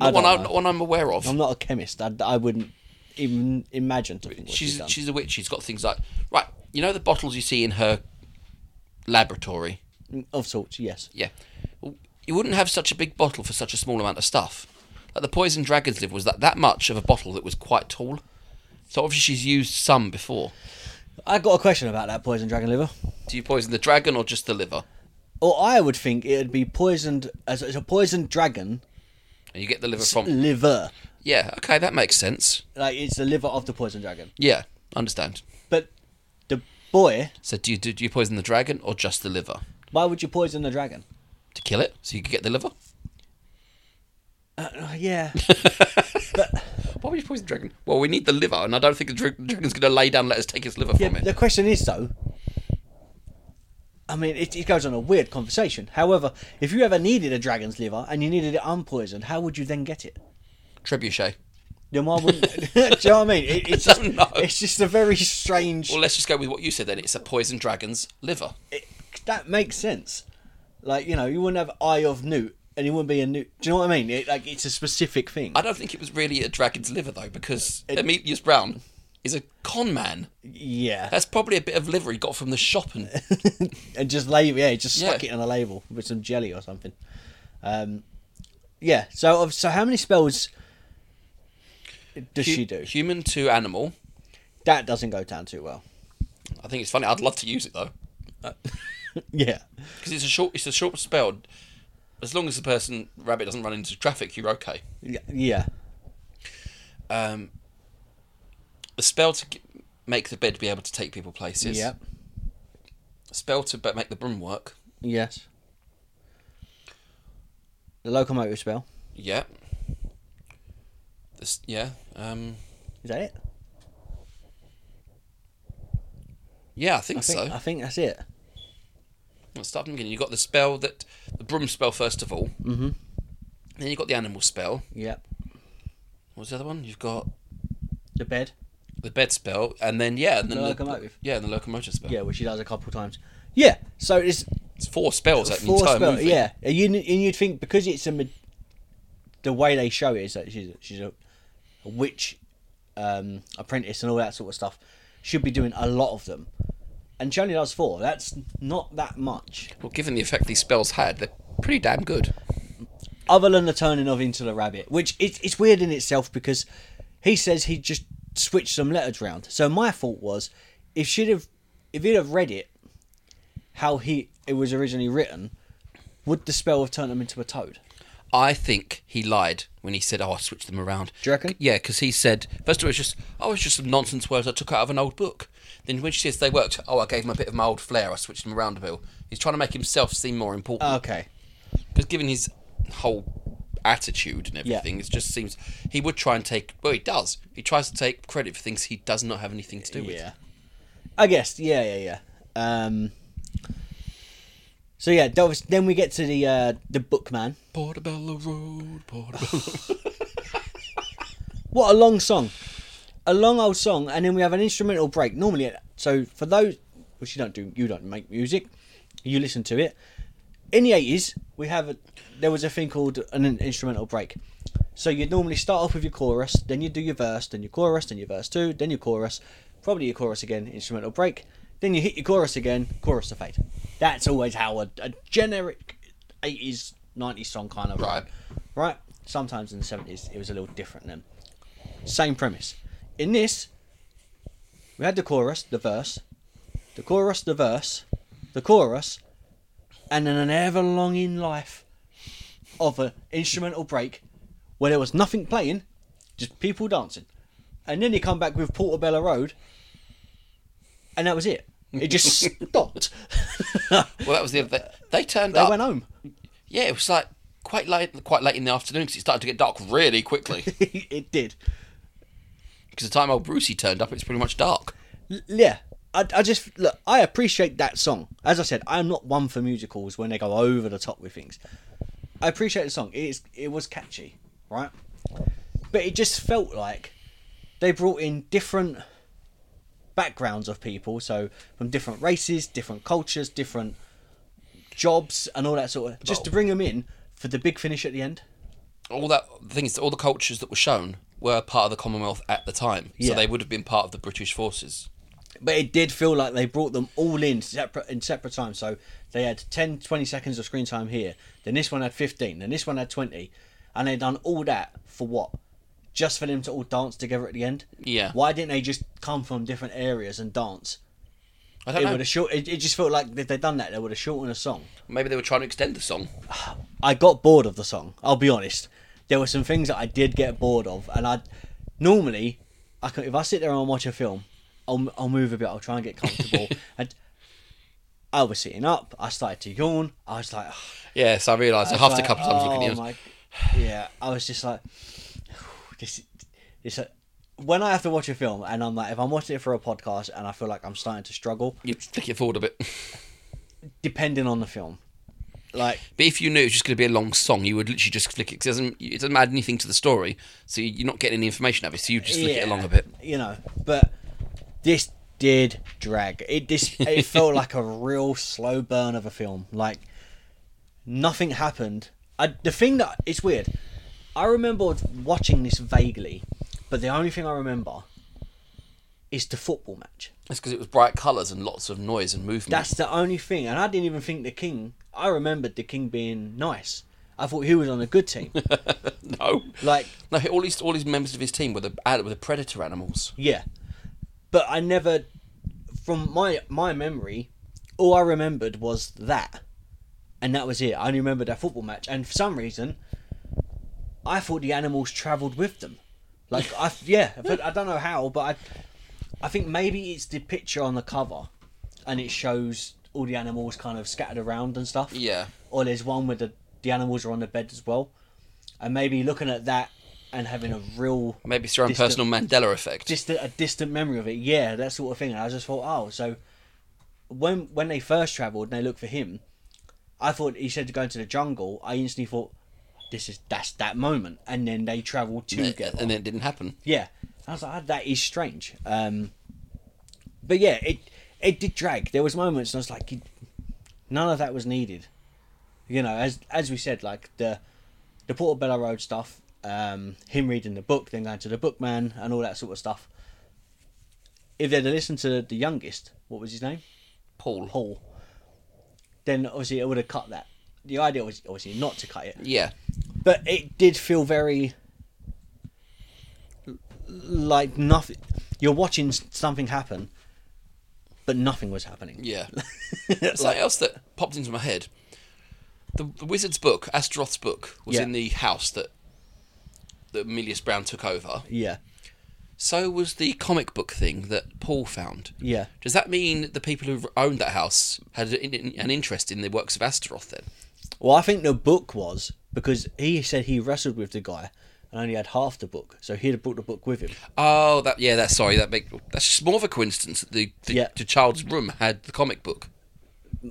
B: I
C: Not one,
B: don't
C: I,
B: know.
C: not one I'm aware of.
B: I'm not a chemist. I, I wouldn't even imagine. To think what she's,
C: she's
B: done.
C: she's a witch. She's got things like right. You know the bottles you see in her laboratory.
B: of sorts. Yes.
C: Yeah, Well, you wouldn't have such a big bottle for such a small amount of stuff. Like the poison dragon's liver was that that much of a bottle that was quite tall. So obviously she's used some before.
B: I got a question about that poison dragon liver.
C: Do you poison the dragon or just the liver?
B: Or I would think it'd be poisoned as it's a poisoned dragon
C: And you get the liver from.
B: liver.
C: Yeah, okay, that makes sense.
B: Like it's the liver of the poison dragon.
C: Yeah, understand.
B: But the boy,
C: So do you do, do you poison the dragon or just the liver
B: why would you poison the dragon?
C: to kill it so you could get the liver?
B: Uh, yeah.
C: Why would you poison the dragon? Well, we need the liver, and I don't think the dra- dragon's going to lay down and let us take his liver
B: yeah.
C: from it.
B: The question is though. I mean, it, it goes on a weird conversation. However, if you ever needed a dragon's liver and you needed it unpoisoned, how would you then get it?
C: Trebuchet.
B: Then why wouldn't? do you know what I mean? It, it's
C: I
B: just,
C: don't know.
B: it's just a very strange.
C: Well, let's just go with what you said then. It's a poison dragon's liver.
B: it, that makes sense. Like you know, you wouldn't have eye of newt, and it wouldn't be a newt. Do you know what I mean? It, like it's a specific thing.
C: I don't think it was really a dragon's liver though, because Emilius Brown is a con man.
B: yeah,
C: That's probably a bit of liver he got from the shop, and
B: and just label yeah, just stuck
C: Yeah.
B: it on a label with some jelly or something. Um, yeah. So of- so how many spells does she do?
C: human to animal.
B: That doesn't go down too well.
C: I think it's funny. I'd love to use it though,
B: Yeah.
C: because it's a short. It's a short spell. As long as the person rabbit doesn't run into traffic, you're okay.
B: Yeah. Yeah.
C: Um, the spell to g- make the bed be able to take people places.
B: Yep.
C: A spell to ba- make the broom work.
B: Yes. The locomotive spell.
C: Yeah. This yeah. Um,
B: Is that it?
C: yeah, I think,
B: I think,
C: so.
B: I think that's it.
C: Let's start from the beginning. You got the spell that the broom spell first of all. Mm-hmm. Then you got the animal spell.
B: Yep.
C: What's the other one? You've got
B: The bed.
C: the bed spell, and then yeah, and then
B: The locomotive.
C: Yeah, and the locomotive spell.
B: Yeah, which he does a couple times. Yeah, so it's
C: it's four spells that
B: four
C: entire
B: spell.
C: movie.
B: Yeah, and you and you'd think because it's a ma- the way they show it is that she's a, she's a, a witch um, apprentice and all that sort of stuff should be doing a lot of them, and she only does four. That's not that much,
C: Well, given the effect these spells had, they're pretty damn good.
B: other than the turning of into the rabbit, which it's it's weird in itself because he says he just switched some letters round. So my thought was if she'd have if he'd have read it how he it was originally written, would the spell have turned him into a toad?
C: I think he lied when he said, "Oh, I switched them around."
B: Do you reckon?
C: C- Yeah, because he said first of all, it's just oh, it's just some nonsense words I took out of an old book. Then when she says they worked, oh, I gave him a bit of my old flair. I switched them around a bit. He's trying to make himself seem more important.
B: Okay.
C: because given his whole attitude and everything, it just seems he would try and take. Well, he does. He tries to take credit for things he does not have anything to do with.
B: Yeah. I guess. Yeah, yeah, yeah. Um, so yeah, that was- then we get to the uh, the bookman.
C: Portobello Road, Portobello.
B: What a long song, a long old song, and then we have an instrumental break. Normally, so for those which you don't do, you don't make music, you listen to it. In the eighties, we have a, there was a thing called an, in- instrumental break. So you'd normally start off with your chorus, then you do your verse, then your chorus, then your verse two, then your chorus, probably your chorus again, instrumental break, then you hit your chorus again, chorus to fade. That's always how a, a generic eighties, nineties song kind of
C: Right.
B: right. Sometimes in the seventies, it was a little different then. Same premise. In this, we had the chorus, the verse, the chorus, the verse, the chorus, and then an ever longing life of an instrumental break where there was nothing playing, just people dancing. And then he come back with Portobello Road, and that was it. It just stopped.
C: well, that was the other. They, they turned
B: they
C: up.
B: went home.
C: Yeah, it was like quite late, quite late in the afternoon because it started to get dark really quickly.
B: it did.
C: Because the time old Brucey turned up, it's pretty much dark.
B: L- yeah I, I just look i appreciate that song as i said i'm not one for musicals when they go over the top with things i appreciate the song it, is, it was catchy right but it just felt like they brought in different backgrounds of people so from different races different cultures different jobs and all that sort of just to bring them in for the big finish at the end
C: All that the thing is, that all the cultures that were shown were part of the Commonwealth at the time,
B: Yeah.
C: so they would have been part of the British forces.
B: but it did feel like they brought them all in separate in separate time so they had 10 20 seconds of screen time here then this one had 15 then this one had 20 and they done all that for what just for them to all dance together at the end
C: Yeah.
B: why didn't they just come from different areas and dance
C: I
B: it
C: don't
B: would
C: know.
B: have short it, it just felt like if they'd done that they would have shortened the song
C: Maybe they were trying to extend the song.
B: I got bored of the song. I'll be honest. There were some things that I did get bored of, and I normally, I can, if I sit there and watch a film, I'll, I'll move a bit. I'll try and get comfortable. and I was sitting up. I started to yawn. I was like,
C: Yes, I realised. I
B: I was
C: huffed a
B: like,
C: couple of times looking
B: "Oh
C: at him.
B: my- Yeah, I was just like, this, this. uh, When I have to watch a film, and I'm like, if I'm watching it for a podcast, and I feel like I'm starting to struggle,
C: You flick it forward a bit.
B: depending on the film, like
C: But if you knew it was just going to be a long song, you would literally just flick it. 'cause it doesn't, it doesn't add anything to the story, so you're not getting any information out of it. So you just flick it along a bit.
B: You know, but this did drag. It this it felt like a real slow burn of a film. Like nothing happened. I, the thing that it's weird. I remember watching this vaguely, but the only thing I remember is the football match.
C: It's because it was bright colours and lots of noise and movement.
B: That's the only thing, and I didn't even think the king. I remembered the king being nice. I thought he was on a good team.
C: no,
B: like
C: no. All these, all these members of his team were the were the predator animals.
B: Yeah, but I never, from my my memory, all I remembered was that, and that was it. I only remembered that football match, and for some reason, I thought the animals travelled with them. Like I yeah, but I don't know how, but I, I think maybe it's the picture on the cover, and it shows all the animals kind of scattered around and stuff.
C: Yeah.
B: Or there's one where the the animals are on the bed as well, and maybe looking at that and having a real
C: Maybe it's your own
B: Distant-
C: personal Mandela effect.
B: just a, a distant memory of it. Yeah, that sort of thing. And I just thought, oh, so when when they first travelled and they looked for him, I thought he said to go into the jungle. I instantly thought, this is that's that moment. And then they travelled
C: and,
B: together.
C: and then it didn't happen.
B: yeah, I was like, "Ah, that is strange. Um, but yeah, it it did drag. There was moments and I was like, you- none of that was needed. You know, as as we said, like the the Portobello Road stuff, um, him reading the book, then going to the bookman and all that sort of stuff. If they'd have listened to the youngest, what was his name?
C: Paul.
B: Paul. Then obviously it would have cut that. The idea was obviously not to cut it,
C: Yeah.
B: but it did feel very like nothing. You're watching s- something happen, but nothing was happening.
C: Yeah. Something else that popped into my head. The, the wizard's book, Astaroth's book, was
B: Yeah.
C: in the house that that Amelia Brown took over.
B: Yeah,
C: So was the comic book thing that Paul found.
B: yeah.
C: Does that mean the people who owned that house had an in- an interest in the works of Astaroth then?
B: Well, I think the book was because he said he wrestled with the guy and only had half the book, so he'd have brought the book with him.
C: Oh, that yeah, that's sorry, that make that's just more of a coincidence that the the,
B: Yeah.
C: the child's room had the comic book.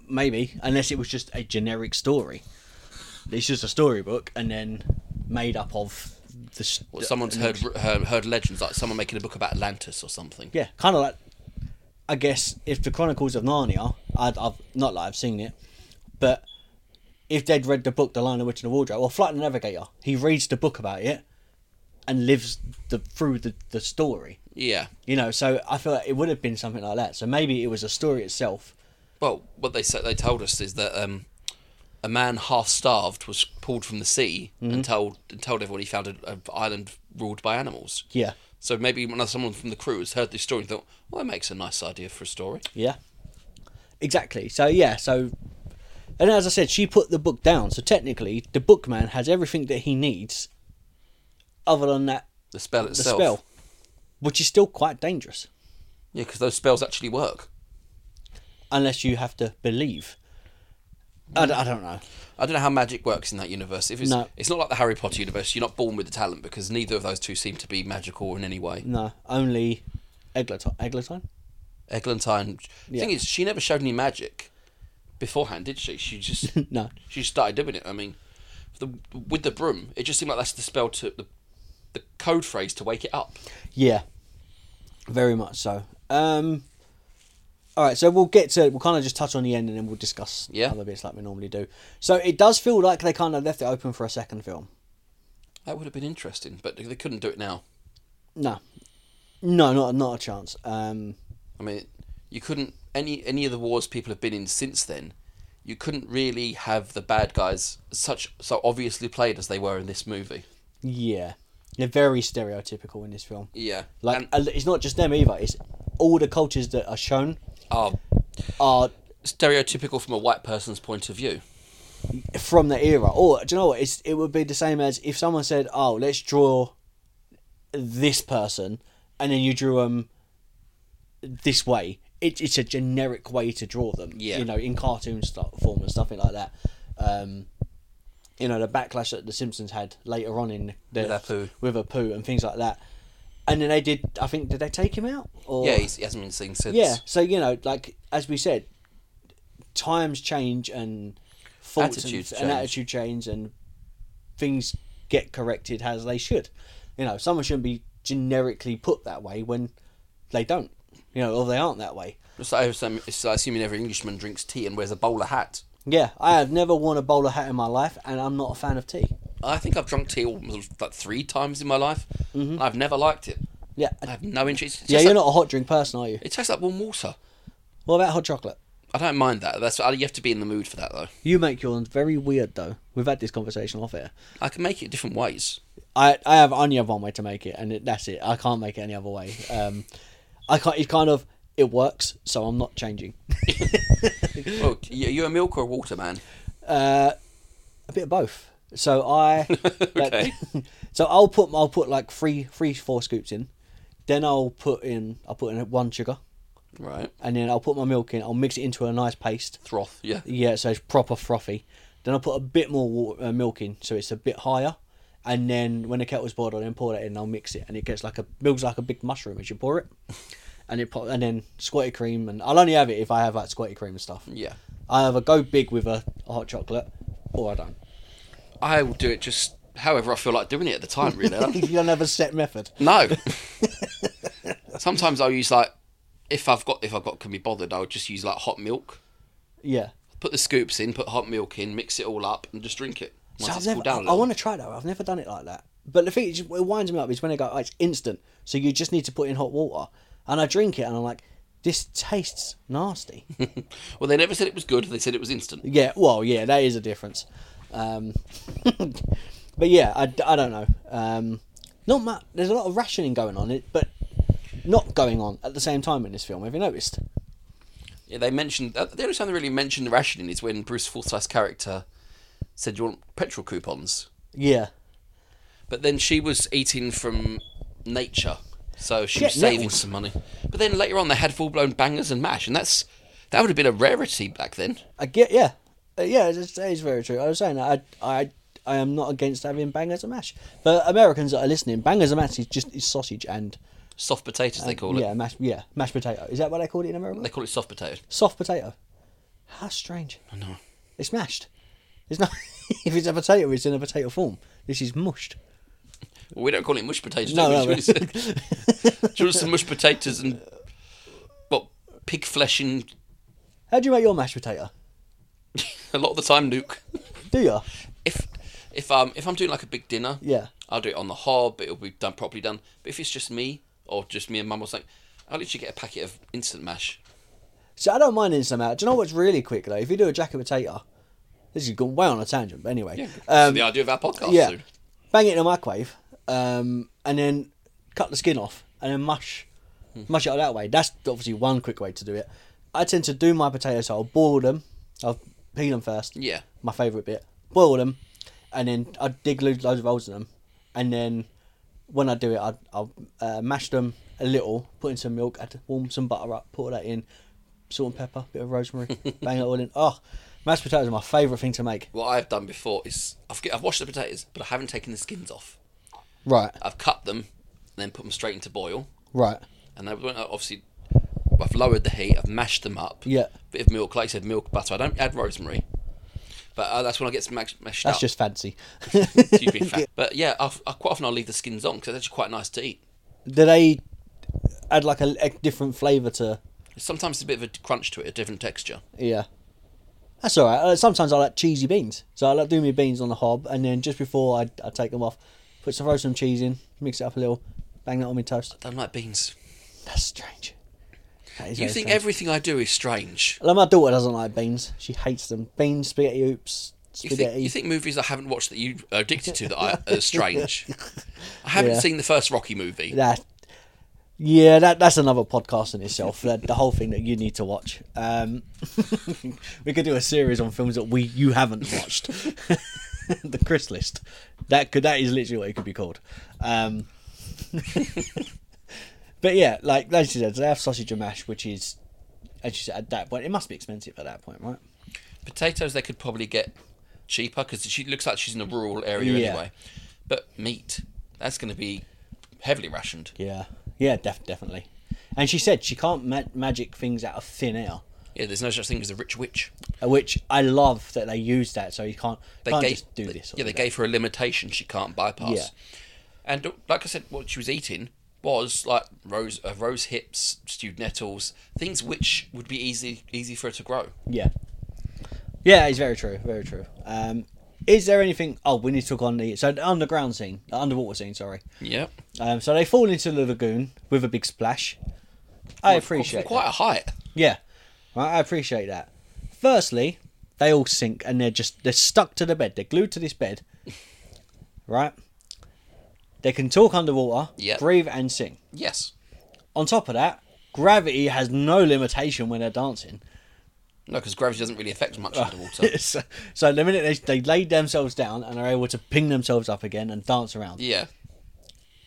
B: Maybe, unless it was just a generic story. It's just a storybook and then made up of the. s-
C: Well, someone's heard, heard heard legends like someone making a book about Atlantis or something.
B: yeah, kind of like, I guess if the Chronicles of Narnia, I'd, I've not like I've seen it, but if they'd read the book, The Lion, the Witch, and the Wardrobe, or Flight of the Navigator, he reads the book about it and lives the through the, the story.
C: Yeah.
B: You know, so I feel like it would have been something like that. So maybe it was a story itself.
C: Well, what they said they told us is that um, a man half starved was pulled from the sea
B: Mm-hmm.
C: and told and told everyone he found an an island ruled by animals.
B: Yeah,
C: So maybe one of- someone from the crew has heard this story and thought, well, that makes a nice idea for a story.
B: yeah, exactly. So yeah, so and as I said, she put the book down. So technically, the bookman has everything that he needs, other than that
C: The spell
B: the
C: itself.
B: spell, which is still quite dangerous
C: Yeah, because those spells actually work.
B: unless you have to believe. I, d- I don't know.
C: I don't know how magic works in that universe. If it's
B: No.
C: it's not like the Harry Potter universe, you're not born with the talent because neither of those two seem to be magical in any way.
B: No, only Eglatine. Eglatine?
C: Eglantine, the
B: Yeah.
C: thing is, she never showed any magic beforehand, did she? She just
B: No.
C: she just started doing it. I mean, the, with the broom, it just seemed like that's the spell to the the code phrase to wake it up.
B: Yeah, very much so. Um, all right, so we'll get to we'll kind of just touch on the end and then we'll discuss
C: Yeah.
B: other bits like we normally do. So it does feel like they kind of left it open for a second film.
C: That would have been interesting, but they couldn't do it now.
B: No, no, not not a chance. Um,
C: I mean, you couldn't any any of the wars people have been in since then. You couldn't really have the bad guys such so obviously played as they were in this movie.
B: yeah, they're very stereotypical in this film.
C: Yeah,
B: Like
C: and,
B: uh, it's not just them either. It's all the cultures that are shown
C: are
B: are
C: oh, stereotypical from a white person's point of view.
B: from that era. Or do you know what? It's, it would be the same as if someone said, "Oh, let's draw this person," and then you drew them this way. It, it's a generic way to draw them.
C: Yeah.
B: you know, in cartoon stuff, form and stuff like that. Um, you know, the backlash that the Simpsons had later on in the,
C: With Apu.
B: with Apu and things like that. And then they did. I think did they take him out? Or
C: Yeah, he's, he hasn't been seen since.
B: yeah. So you know, like as we said, times change and faults and,
C: Attitudes
B: and
C: change.
B: attitude change and things get corrected as they should. You know, someone shouldn't be generically put that way when they don't. You know, or they aren't that way.
C: Just like I was saying- it's like assuming every Englishman drinks tea and wears a bowler hat.
B: Yeah, I have never worn a bowler hat in my life, and I'm not a fan of tea.
C: I think I've drunk tea almost like three times in my life, and I've never liked it.
B: Yeah,
C: I have no interest. It
B: yeah,
C: tastes
B: you're
C: like-
B: not a hot drink person, are you?
C: It tastes like warm water.
B: What about hot chocolate?
C: I don't mind that. That's you have to be in the mood for that though.
B: You make yours very weird, though. We've had this conversation off air.
C: I can make it different ways.
B: I I have only have one way to make it, and it, that's it. I can't make it any other way. Um, I can't. It's kind of it works, so I'm not changing.
C: Well, you- you're a milk or a water man.
B: Uh, A bit of both. So I, like-
C: Okay.
B: so I'll put I'll put like three three four scoops in, then I'll put in I'll put in one sugar,
C: Right.
B: and then I'll put my milk in. I'll mix it into a nice paste.
C: Froth. Yeah.
B: Yeah, so it's proper frothy. Then I'll put a bit more water, uh, milk in, so it's a bit higher. And then when the kettle's boiled, I'll then pour that in. and I'll mix it, and it gets like a milk's like a big mushroom as you pour it. And it pop, and then squirty cream, and I'll only have it if I have like squirty cream and stuff.
C: Yeah.
B: I either go big with a, a hot chocolate, or I don't.
C: I will do it just however I feel like doing it at the time. Really. I don't-
B: you don't have a set method.
C: no. Sometimes I'll use like if I've got if I've got can be bothered, I'll just use like hot milk.
B: Yeah.
C: Put the scoops in, put hot milk in, mix it all up, and just drink it.
B: So
C: Once
B: I've
C: it's
B: never,
C: cooled down a
B: I,
C: little.
B: want to try that. I've never done it like that. But the thing it just- it winds me up is when I go, oh, it's instant. So you just need to put in hot water, and I drink it, and I'm like, this tastes nasty.
C: Well, they never said it was good. They said it was instant.
B: yeah. Well, yeah, that is a difference. Um, but yeah, I, I don't know. Um, not much. There's a lot of rationing going on, it but not going on at the same time in this film. Have you noticed?
C: Yeah, they mentioned uh, the only time they really mentioned the rationing is when Bruce Forsyth's character said, "You want petrol coupons,"
B: Yeah.
C: but then she was eating from nature, so she was
B: Yeah,
C: saving
B: nettles.
C: some money. But then later on, they had full blown bangers and mash, and that's that would have been a rarity back then.
B: I get yeah, Uh, yeah. It's, that is very true. I was saying that I I I am not against having bangers and mash, but Americans that are listening, bangers and mash is just is sausage and
C: Soft potatoes, they call it.
B: Uh, yeah, mash yeah, mashed potato. Is that what they call it in America?
C: They call it soft potato.
B: Soft potato. How strange.
C: I know.
B: It's mashed. It's not. if it's a potato, it's in a potato form. This is mushed.
C: Well, we don't call it mush potatoes.
B: No,
C: do
B: no,
C: we?
B: we-
C: It's really sad. Do you want some mush potatoes and what pig flesh and
B: How do you make your mashed potato?
C: a lot of the time nuke.
B: Do you?
C: If if um if I'm doing like a big dinner,
B: Yeah.
C: I'll do it on the hob. It'll be done properly done. But if it's just me or just me and mum or something, I'll literally get a packet of instant mash.
B: So I don't mind instant mash. Do you know what's really quick though? If you do a jacket potato, this is gone way on a tangent. But anyway,
C: Yeah,
B: um,
C: the idea of our podcast.
B: yeah,
C: Soon.
B: bang it in a microwave, um, and then cut the skin off, and then mush, mush it out that way. That's obviously one quick way to do it. I tend to do my potatoes. So I'll boil them. I'll peel them first.
C: Yeah.
B: my favourite bit. Boil them, and then I dig lo- loads of holes in them, and then when I do it, I I'll uh, mash them a little, put in some milk, add warm some butter up, put all that in, salt and pepper, bit of rosemary, bang it all in. Oh, mashed potatoes are my favourite thing to make.
C: What I've done before is I've I've washed the potatoes, but I haven't taken the skins off.
B: Right,
C: I've cut them and then put them straight into boil.
B: right.
C: and I went out, obviously I've lowered the heat, I've mashed them up.
B: Yeah.
C: Bit of milk, like I said, milk butter. I don't add rosemary, but uh, that's when I get some mashed, mashed
B: That's
C: up.
B: just fancy.
C: You'd be fat. But yeah, i I, quite often I'll leave the skins on because it's actually quite nice to eat.
B: do they add like a, a different flavour to?
C: Sometimes it's a bit of a crunch to it, a different texture.
B: Yeah. That's all right. Uh, Sometimes I like cheesy beans, so I like doing my beans on the hob, and then just before I, I take them off, put some throw some cheese in, mix it up a little, bang that on my toast.
C: I don't like beans.
B: That's strange. That is
C: You
B: very
C: think
B: strange.
C: everything I do is strange?
B: Like my daughter doesn't like beans. She hates them. Beans, spaghetti oops,
C: You
B: spaghetti.
C: think, you think movies I haven't watched that you are addicted to that I- are strange? I haven't
B: Yeah.
C: seen the first Rocky movie.
B: that yeah that that's another podcast in itself the, the whole thing that you need to watch um we could do a series on films that we you haven't watched the chris list that could that is literally what it could be called um but yeah like like you said they have sausage and mash which is as you said at that point it must be expensive at that point right
C: Potatoes they could probably get cheaper because she looks like she's in a rural area
B: Yeah.
C: anyway. But meat, that's going to be heavily rationed.
B: yeah yeah def- definitely and she said she can't ma- magic things out of thin air
C: Yeah, there's no such thing as a rich witch.
B: Uh, which I love that they use that, so you can't
C: They
B: can't
C: gave
B: just do
C: they-
B: this. sort
C: Yeah,
B: of
C: they
B: thing.
C: gave her a limitation she can't bypass.
B: Yeah.
C: And uh, like I said, what she was eating was like rose uh, rose hips, stewed nettles, things which would be easy easy for her to grow.
B: Yeah, yeah, it's very true, very true. Um, is there anything? Oh, we need to talk on the so the underground scene, the underwater scene. Sorry.
C: Yeah.
B: Um, so they fall into the lagoon with a big splash. I appreciate
C: quite
B: that.
C: a height.
B: Yeah, Right, I appreciate that. Firstly, they all sink and they're just they're stuck to the bed. They're glued to this bed, right? They can talk underwater,
C: Yeah.
B: breathe, and sing.
C: Yes.
B: On top of that, gravity has no limitation when they're dancing.
C: No, because gravity doesn't really affect
B: Ah,
C: much underwater.
B: so, so the minute they, they laid themselves down and are able to ping themselves up again and dance around.
C: yeah.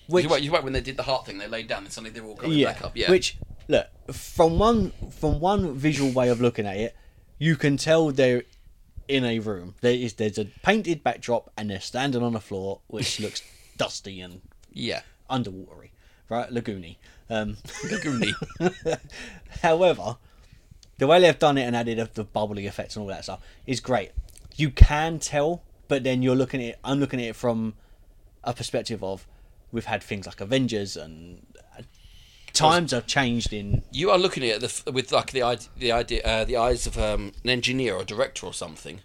B: Which,
C: you were you were when they did the heart thing, they laid down and suddenly they were all going
B: yeah,
C: back up. Yeah.
B: Which look from one from one visual way of looking at it, you can tell they're in a room. There is there's a painted backdrop and they're standing on a floor which looks dusty and
C: Yeah.
B: underwatery, right? Lagoony. Um,
C: Lagoony.
B: However, the way they've done it and added up the bubbly effects and all that stuff is great. You can tell, but then you're looking at it, I'm looking at it from a perspective of we've had things like Avengers and uh, times have changed in
C: you are looking at it the, f- with like the id- the idea uh, the eyes of um, an engineer or director or something.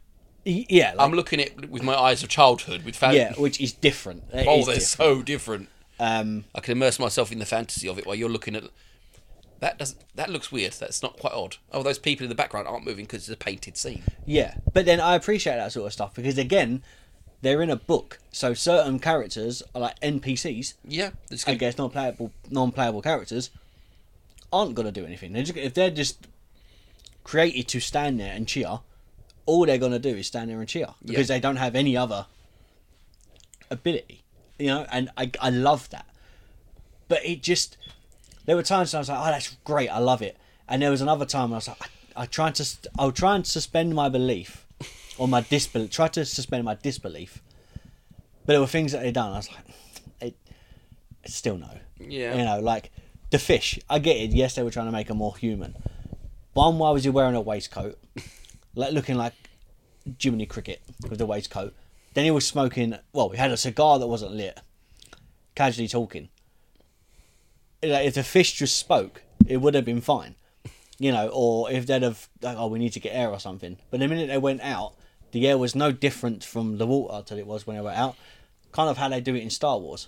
B: y- yeah, like,
C: I'm looking at it with my eyes of childhood with fan-
B: yeah, which is different. It
C: Oh,
B: is
C: they're
B: different.
C: so different.
B: Um,
C: I can immerse myself in the fantasy of it while you're looking at that. Doesn't that looks weird? That's not quite odd. Oh, those people in the background aren't moving because it's a painted scene.
B: yeah, but then I appreciate that sort of stuff because again, they're in a book, so certain characters are like NPCs.
C: Yeah, it's
B: I
C: gonna,
B: guess non-playable non-playable characters aren't gonna do anything. They're just, if they're just created to stand there and cheer, all they're gonna do is stand there and cheer because they don't have any other ability, you know. And I I love that, but it just there were times when I was like, oh, that's great, I love it, and there was another time when I was like, I, I tried to st- I'll try and suspend my belief or my disbelief, try to suspend my disbelief, but there were things that they done. I was like, it still no.
C: Yeah.
B: You know, like the fish. I get it. Yes, they were trying to make her more human. One, why was he wearing a waistcoat, like looking like Jiminy Cricket with the waistcoat? Then he was smoking. Well, he had a cigar that wasn't lit. Casually talking. Like, if the fish just spoke, it would have been fine. You know, or if they'd have like, oh, we need to get air or something. But the minute they went out, the air was no different from the water till it was when they were out. Kind of how they do it in Star Wars.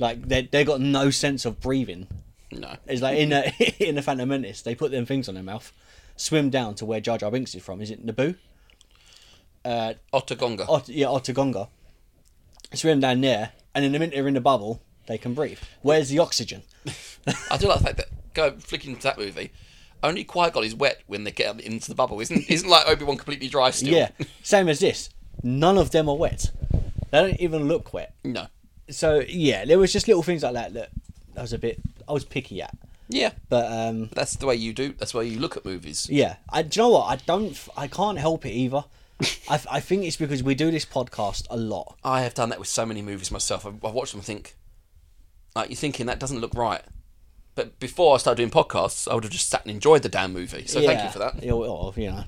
B: Like they they got no sense of breathing.
C: no.
B: It's like in a, in the Phantom Menace, they put them things on their mouth, swim down to where Jar Jar Binks is from. Is it Naboo?
C: Otagonga.
B: Ot- yeah, Otagonga. Swim down there, and in the minute they're in the bubble, they can breathe. Where's the oxygen?
C: I do like the fact that go flicking to that movie. Only Qui Gon is wet when they get out into the bubble. Isn't isn't like Obi Wan completely dry still?
B: Yeah, same as this. None of them are wet. They don't even look wet.
C: No.
B: So yeah, there was just little things like that that I was a bit I was picky at.
C: Yeah.
B: But um,
C: That's the way you do. That's the way you look at movies.
B: Yeah, I, do you know what? I don't. f- I can't help it either. I, I think it's because we do this podcast a lot.
C: I have done that with so many movies myself. I've, I've watched them and think, like, you're thinking that doesn't look right. But before I started doing podcasts, I would have just sat and enjoyed the damn movie. So thank you
B: Yeah,
C: for that.
B: yeah, well, you know,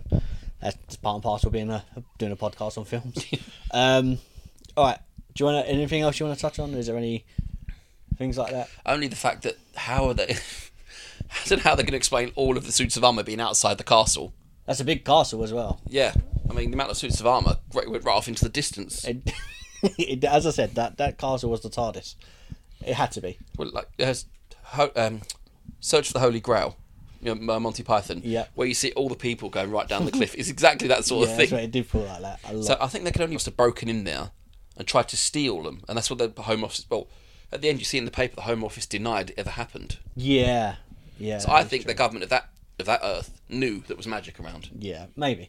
B: that's part and parcel of being a doing a podcast on films. um, all right. Do you want to, anything else you want to touch on? Is there any things like that?
C: Only the fact that how are they? I don't know how they're going to explain all of the suits of armor being outside the castle.
B: That's a big castle as well.
C: Yeah, I mean the amount of suits of armor right- went right off into the distance.
B: It, it, as I said, that that castle was the TARDIS. It had to be.
C: well, like there's ho- um, Search for the Holy Grail, you know, M- Monty Python.
B: Yeah.
C: where you see all the people going right down the cliff. It's exactly that sort
B: Yeah,
C: of
B: that's
C: thing.
B: right. It did feel like that a lot.
C: So I think they could only must have broken in there and tried to steal them, and that's what the Home Office. Well, at the end, you see in the paper the Home Office denied it ever happened.
B: yeah, yeah.
C: I
B: that's
C: think
B: true.
C: the government of that of that Earth knew that was magic around.
B: Yeah, maybe.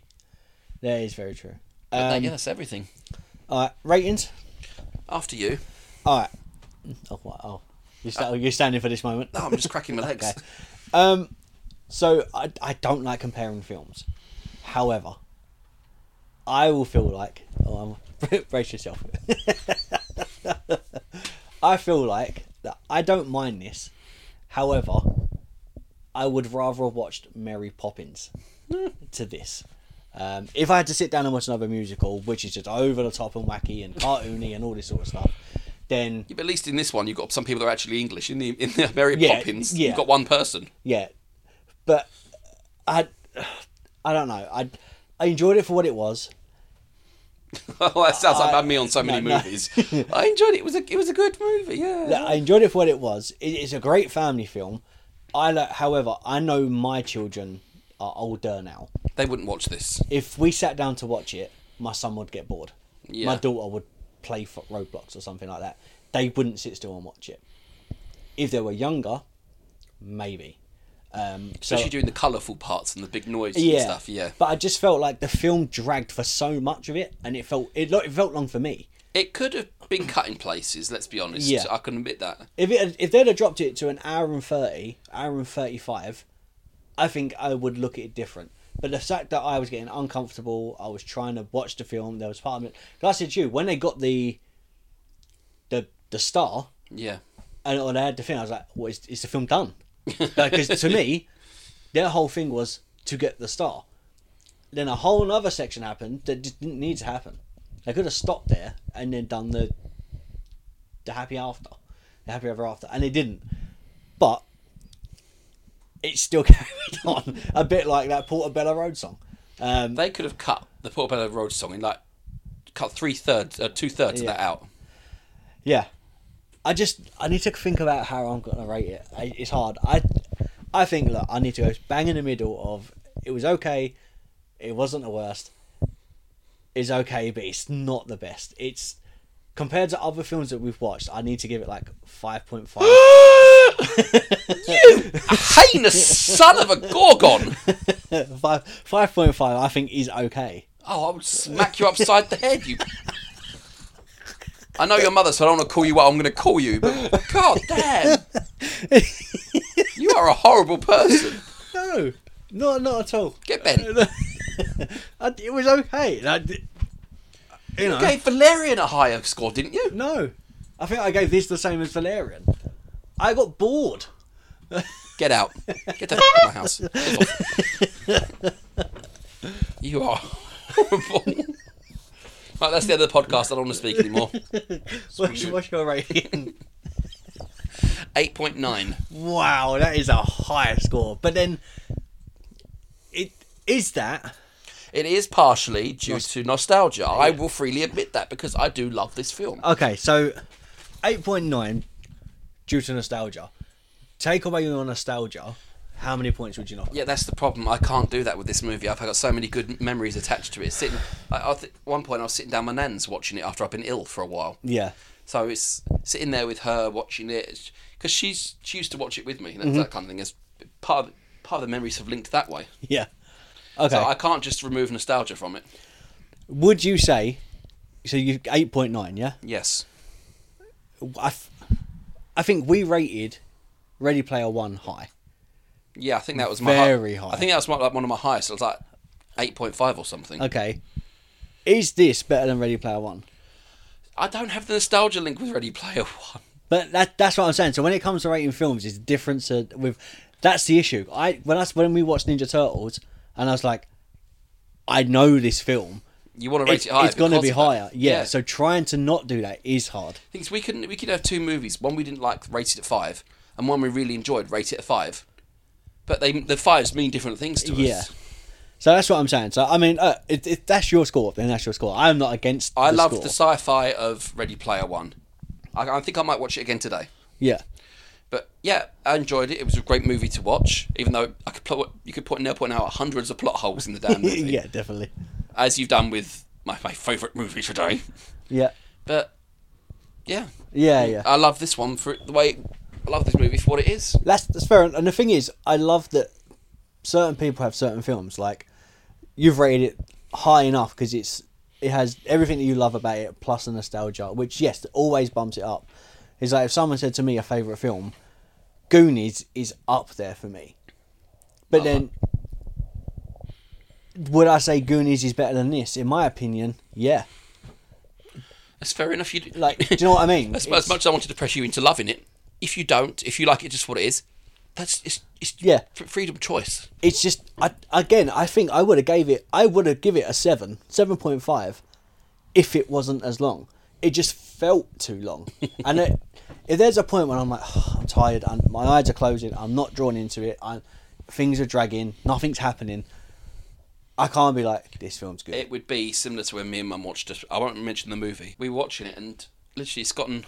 B: That is very true.
C: But
B: Um,
C: yeah, that's everything.
B: All right, ratings.
C: After you,
B: All right. Oh, wow. oh. You're,
C: Uh,
B: sta- you're standing for this moment.
C: no, Oh, I'm just cracking my legs.
B: Okay. Um, so I, I don't like comparing films. However, I will feel like oh, I'm, brace yourself. I feel like that I don't mind this. However, I would rather have watched Mary Poppins to this. Um, if I had to sit down and watch another musical, which is just over the top and wacky and cartoony and all this sort of stuff, then
C: Yeah, but at least in this one, you've got some people that are actually English. In the in the Mary
B: Yeah,
C: Poppins,
B: yeah.
C: you've got one person.
B: yeah but i i don't know i i enjoyed it for what it was
C: oh, that sounds like
B: I-
C: bad me on so
B: Uh, no,
C: many
B: no.
C: movies. I enjoyed it. It was a it was a good movie. Yeah.
B: Like, i enjoyed it for what it was it, it's a great family film i like however i know my children are older now
C: They wouldn't watch this.
B: if we sat down to watch it my son would get bored my
C: Yeah.
B: daughter would play for roblox or something like that they wouldn't sit still and watch it if they were younger maybe um so
C: Especially doing the colourful parts and the big noise and stuff. Yeah.
B: But I just felt like the film dragged for so much of it, and it felt it, lo- it felt long for me.
C: It could have been cut in places. Let's be honest.
B: Yeah.
C: I can admit that.
B: If it had, if they'd have dropped it to an hour and thirty, hour and thirty five, I think I would look at it different. But the fact that I was getting uncomfortable, I was trying to watch the film. There was part of it. 'cause I said to you when they got the the the star
C: Yeah,
B: and or they had the thing, I was like, "What is is the film done?" Because to me, their whole thing was to get the star. Then a whole other section happened that just didn't need to happen. They could have stopped there and then done the the happy after, the happy ever after, and they didn't. but it's still carried on a bit like that Portobello Road song. Um,
C: They could have cut the Portobello Road song in like cut three thirds, uh, two thirds
B: Yeah.
C: of that out.
B: Yeah, I just I need to think about how I'm gonna rate it. I, it's hard. I I think look, I need to go bang in the middle of it was okay, it wasn't the worst, it's okay, but it's not the best. It's compared to other films that we've watched, I need to give it like five point five.
C: you heinous son of a gorgon!
B: Five five point five, I think is okay.
C: Oh, I would smack you upside the head, you. I know your mother, so I don't want to call you what I'm going to call you, but God damn! You are a horrible person.
B: No, not not at all.
C: Get Ben.
B: I, it was okay. I, d- you know,
C: You gave Valerian a higher score, didn't you?
B: No, I think I gave this the same as Valerian. I got bored.
C: Get out. Get the f out of my house. Get off. You are horrible. Right, that's the end of the podcast. I don't want to speak anymore.
B: What's, what's your rating?
C: 8.9.
B: wow, that is a high score. But then, it is that.
C: It is partially due to nostalgia. I will freely admit that because I do love this film.
B: Okay, so 8.9 due to nostalgia. Take away your nostalgia, how many points would you not?
C: Yeah, that's the problem. I can't do that with this movie. I've got so many good memories attached to it. Sitting, I, I th- at one point, I was sitting down my nan's watching it after I've been ill for a while.
B: Yeah.
C: So it's sitting there with her watching it because she's she used to watch it with me. You know,
B: Mm-hmm.
C: That kind of thing is part of, part of the memories have linked that way.
B: Yeah. Okay.
C: So I can't just remove nostalgia from it.
B: Would you say, so you 8.9, yeah?
C: Yes,
B: I, f- I think we rated Ready Player One high.
C: yeah, I think that was my hi-
B: Very high.
C: I think that was my, like one of my highest. It was like eight point five or something.
B: Okay. Is this better than Ready Player One?
C: I don't have the nostalgia link with Ready Player One.
B: But that that's what I'm saying. So when it comes to rating films, it's different to, with that's the issue. I when I when we watched Ninja Turtles, and I was like, I know this film.
C: You want to rate
B: It's,
C: it higher?
B: it's gonna
C: because
B: be
C: of that.
B: higher, yeah. So trying to not do that is hard.
C: thing is, we could we could have two movies. One we didn't like, rated at five, and one we really enjoyed, rated at five. But they the fives mean different things to
B: Yeah.
C: us.
B: So that's what I'm saying. So I mean, uh, if, if that's your score, then that's your score. I'm not against.
C: I
B: the
C: love
B: score.
C: the sci-fi of Ready Player One. I, I think I might watch it again today.
B: Yeah.
C: But yeah, I enjoyed it. It was a great movie to watch, even though I could plot, you could point nail point out hundreds of plot holes in the damn movie,
B: yeah, definitely.
C: as you've done with my, my favourite movie today.
B: Yeah.
C: But yeah,
B: Yeah. Yeah.
C: I love this one for the way I love this movie for what it is.
B: That's, that's fair. And the thing is, I love that certain people have certain films. Like you've rated it high enough because it's it has everything that you love about it plus the nostalgia, which yes, always bumps it up. It's like if someone said to me a favorite film, Goonies is up there for me. But then, would I say Goonies is better than this? In my opinion, yeah.
C: That's fair enough. You do-
B: Like, do you know what I mean?
C: As, as
B: It's-
C: much as I wanted to pressure you into loving it, if you don't, if you like it just for what it is, that's it's, it's
B: Yeah.
C: f- freedom of choice.
B: it's just I, again I think I would have gave it I would have give it a 7 7.5 if it wasn't as long it just felt too long and it, if there's a point when I'm like "Oh, I'm tired and my eyes are closing I'm not drawn into it I, things are dragging nothing's happening I can't be like this film's good
C: It would be similar to when me and Mum watched it. I won't mention the movie. We were watching it, and literally, it's gotten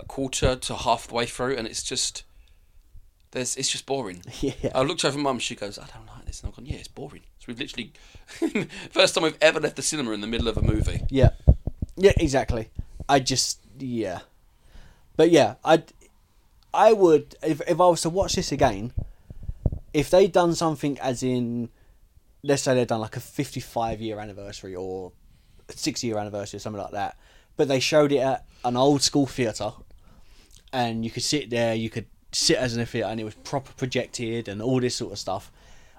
C: a quarter to half the way through, and it's just there's it's just boring.
B: Yeah.
C: I looked over at Mum. She goes, "I don't like this," and I'm going, "Yeah, it's boring." So we've literally first time we've ever left the cinema in the middle of a movie.
B: yeah yeah exactly I just yeah but yeah I I would if, if I was to watch this again if they'd done something as in let's say they've done like a 55 year anniversary or 60 year anniversary or something like that but they showed it at an old school theatre and you could sit there you could sit as in a theatre and it was proper projected and all this sort of stuff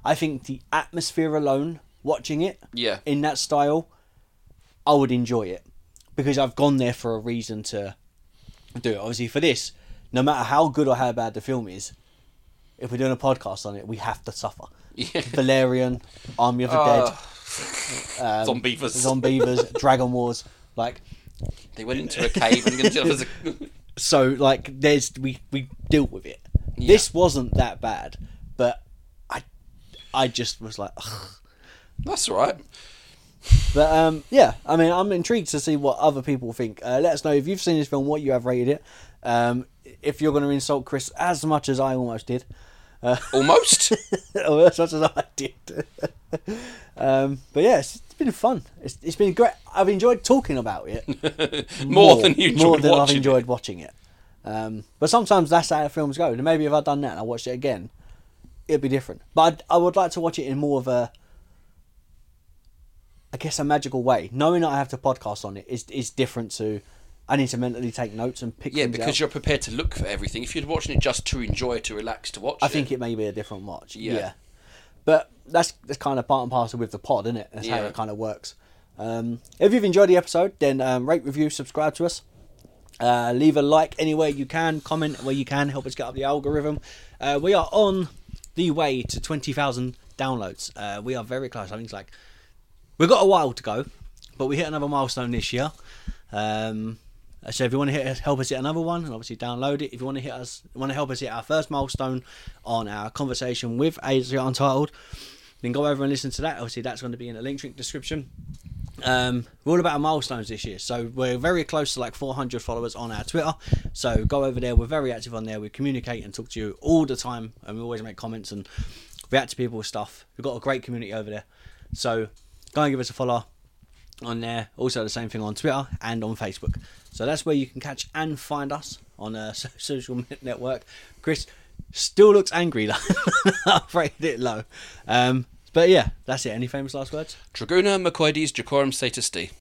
B: i think the atmosphere alone watching it
C: Yeah.
B: in that style i would enjoy it because i've gone there for a reason to do it obviously for this no matter how good or how bad the film is if we're doing a podcast on it we have to suffer
C: Yeah.
B: valerian army of the dead Um,
C: Zombie versus
B: Zombievers, Dragon Wars, like
C: They went into a cave and.
B: so like there's we we deal with it. This wasn't that bad, but I, I just was like, Ugh.
C: That's all right.
B: But um, yeah, I mean, I'm intrigued to see what other people think. Uh, let us know if you've seen this film, what you have rated it. Um, if you're going to insult Chris as much as I almost did,
C: Almost.
B: or as much as I did. um, but yeah, it's, it's been fun. It's, it's been great. I've enjoyed talking about it
C: more, than you
B: more
C: enjoyed
B: than I've
C: watching.
B: enjoyed watching it. Um, but sometimes that's how films go. And maybe if I'd done that and I watched it again, it'd be different. But I'd, I would like to watch it in more of a, I guess, a magical way. Knowing that I have to podcast on it is is different to. I need to mentally take notes and pick.
C: Yeah,
B: things
C: because
B: out.
C: you're prepared to look for everything. If you're watching it just to enjoy, to relax, to watch
B: I
C: it,
B: think it may be a different watch. Yeah.
C: Yeah.
B: But that's that's kind of part and parcel with the pod, isn't it? That's how
C: Yeah.
B: it kind of works. Um, if you've enjoyed the episode, then um, rate, review, subscribe to us. Uh, leave a like anywhere you can, comment where you can, help us get up the algorithm. Uh, we are on the way to 20,000 downloads. Uh, we are very close. I think it's like We've got a while to go, but we hit another milestone this year. Um, so if you want to hit us, help us hit another one, and obviously download it. If you want to hit us, want to help us hit our first milestone on our conversation with Adria Untitled, then go over and listen to that. Obviously, that's going to be in the link in description. Um, we're all about our milestones this year, so we're very close to like 400 followers on our Twitter. So go over there. We're very active on there. We communicate and talk to you all the time, and we always make comments and react to people's stuff. We've got a great community over there, so go and give us a follow on there. Also, the same thing on Twitter and on Facebook. So that's where you can catch and find us on a so- social network. Chris still looks angry. Like, I've rated it low, um, but yeah, that's it. Any famous last words?
C: Draguna Macoides Jacorum Status D.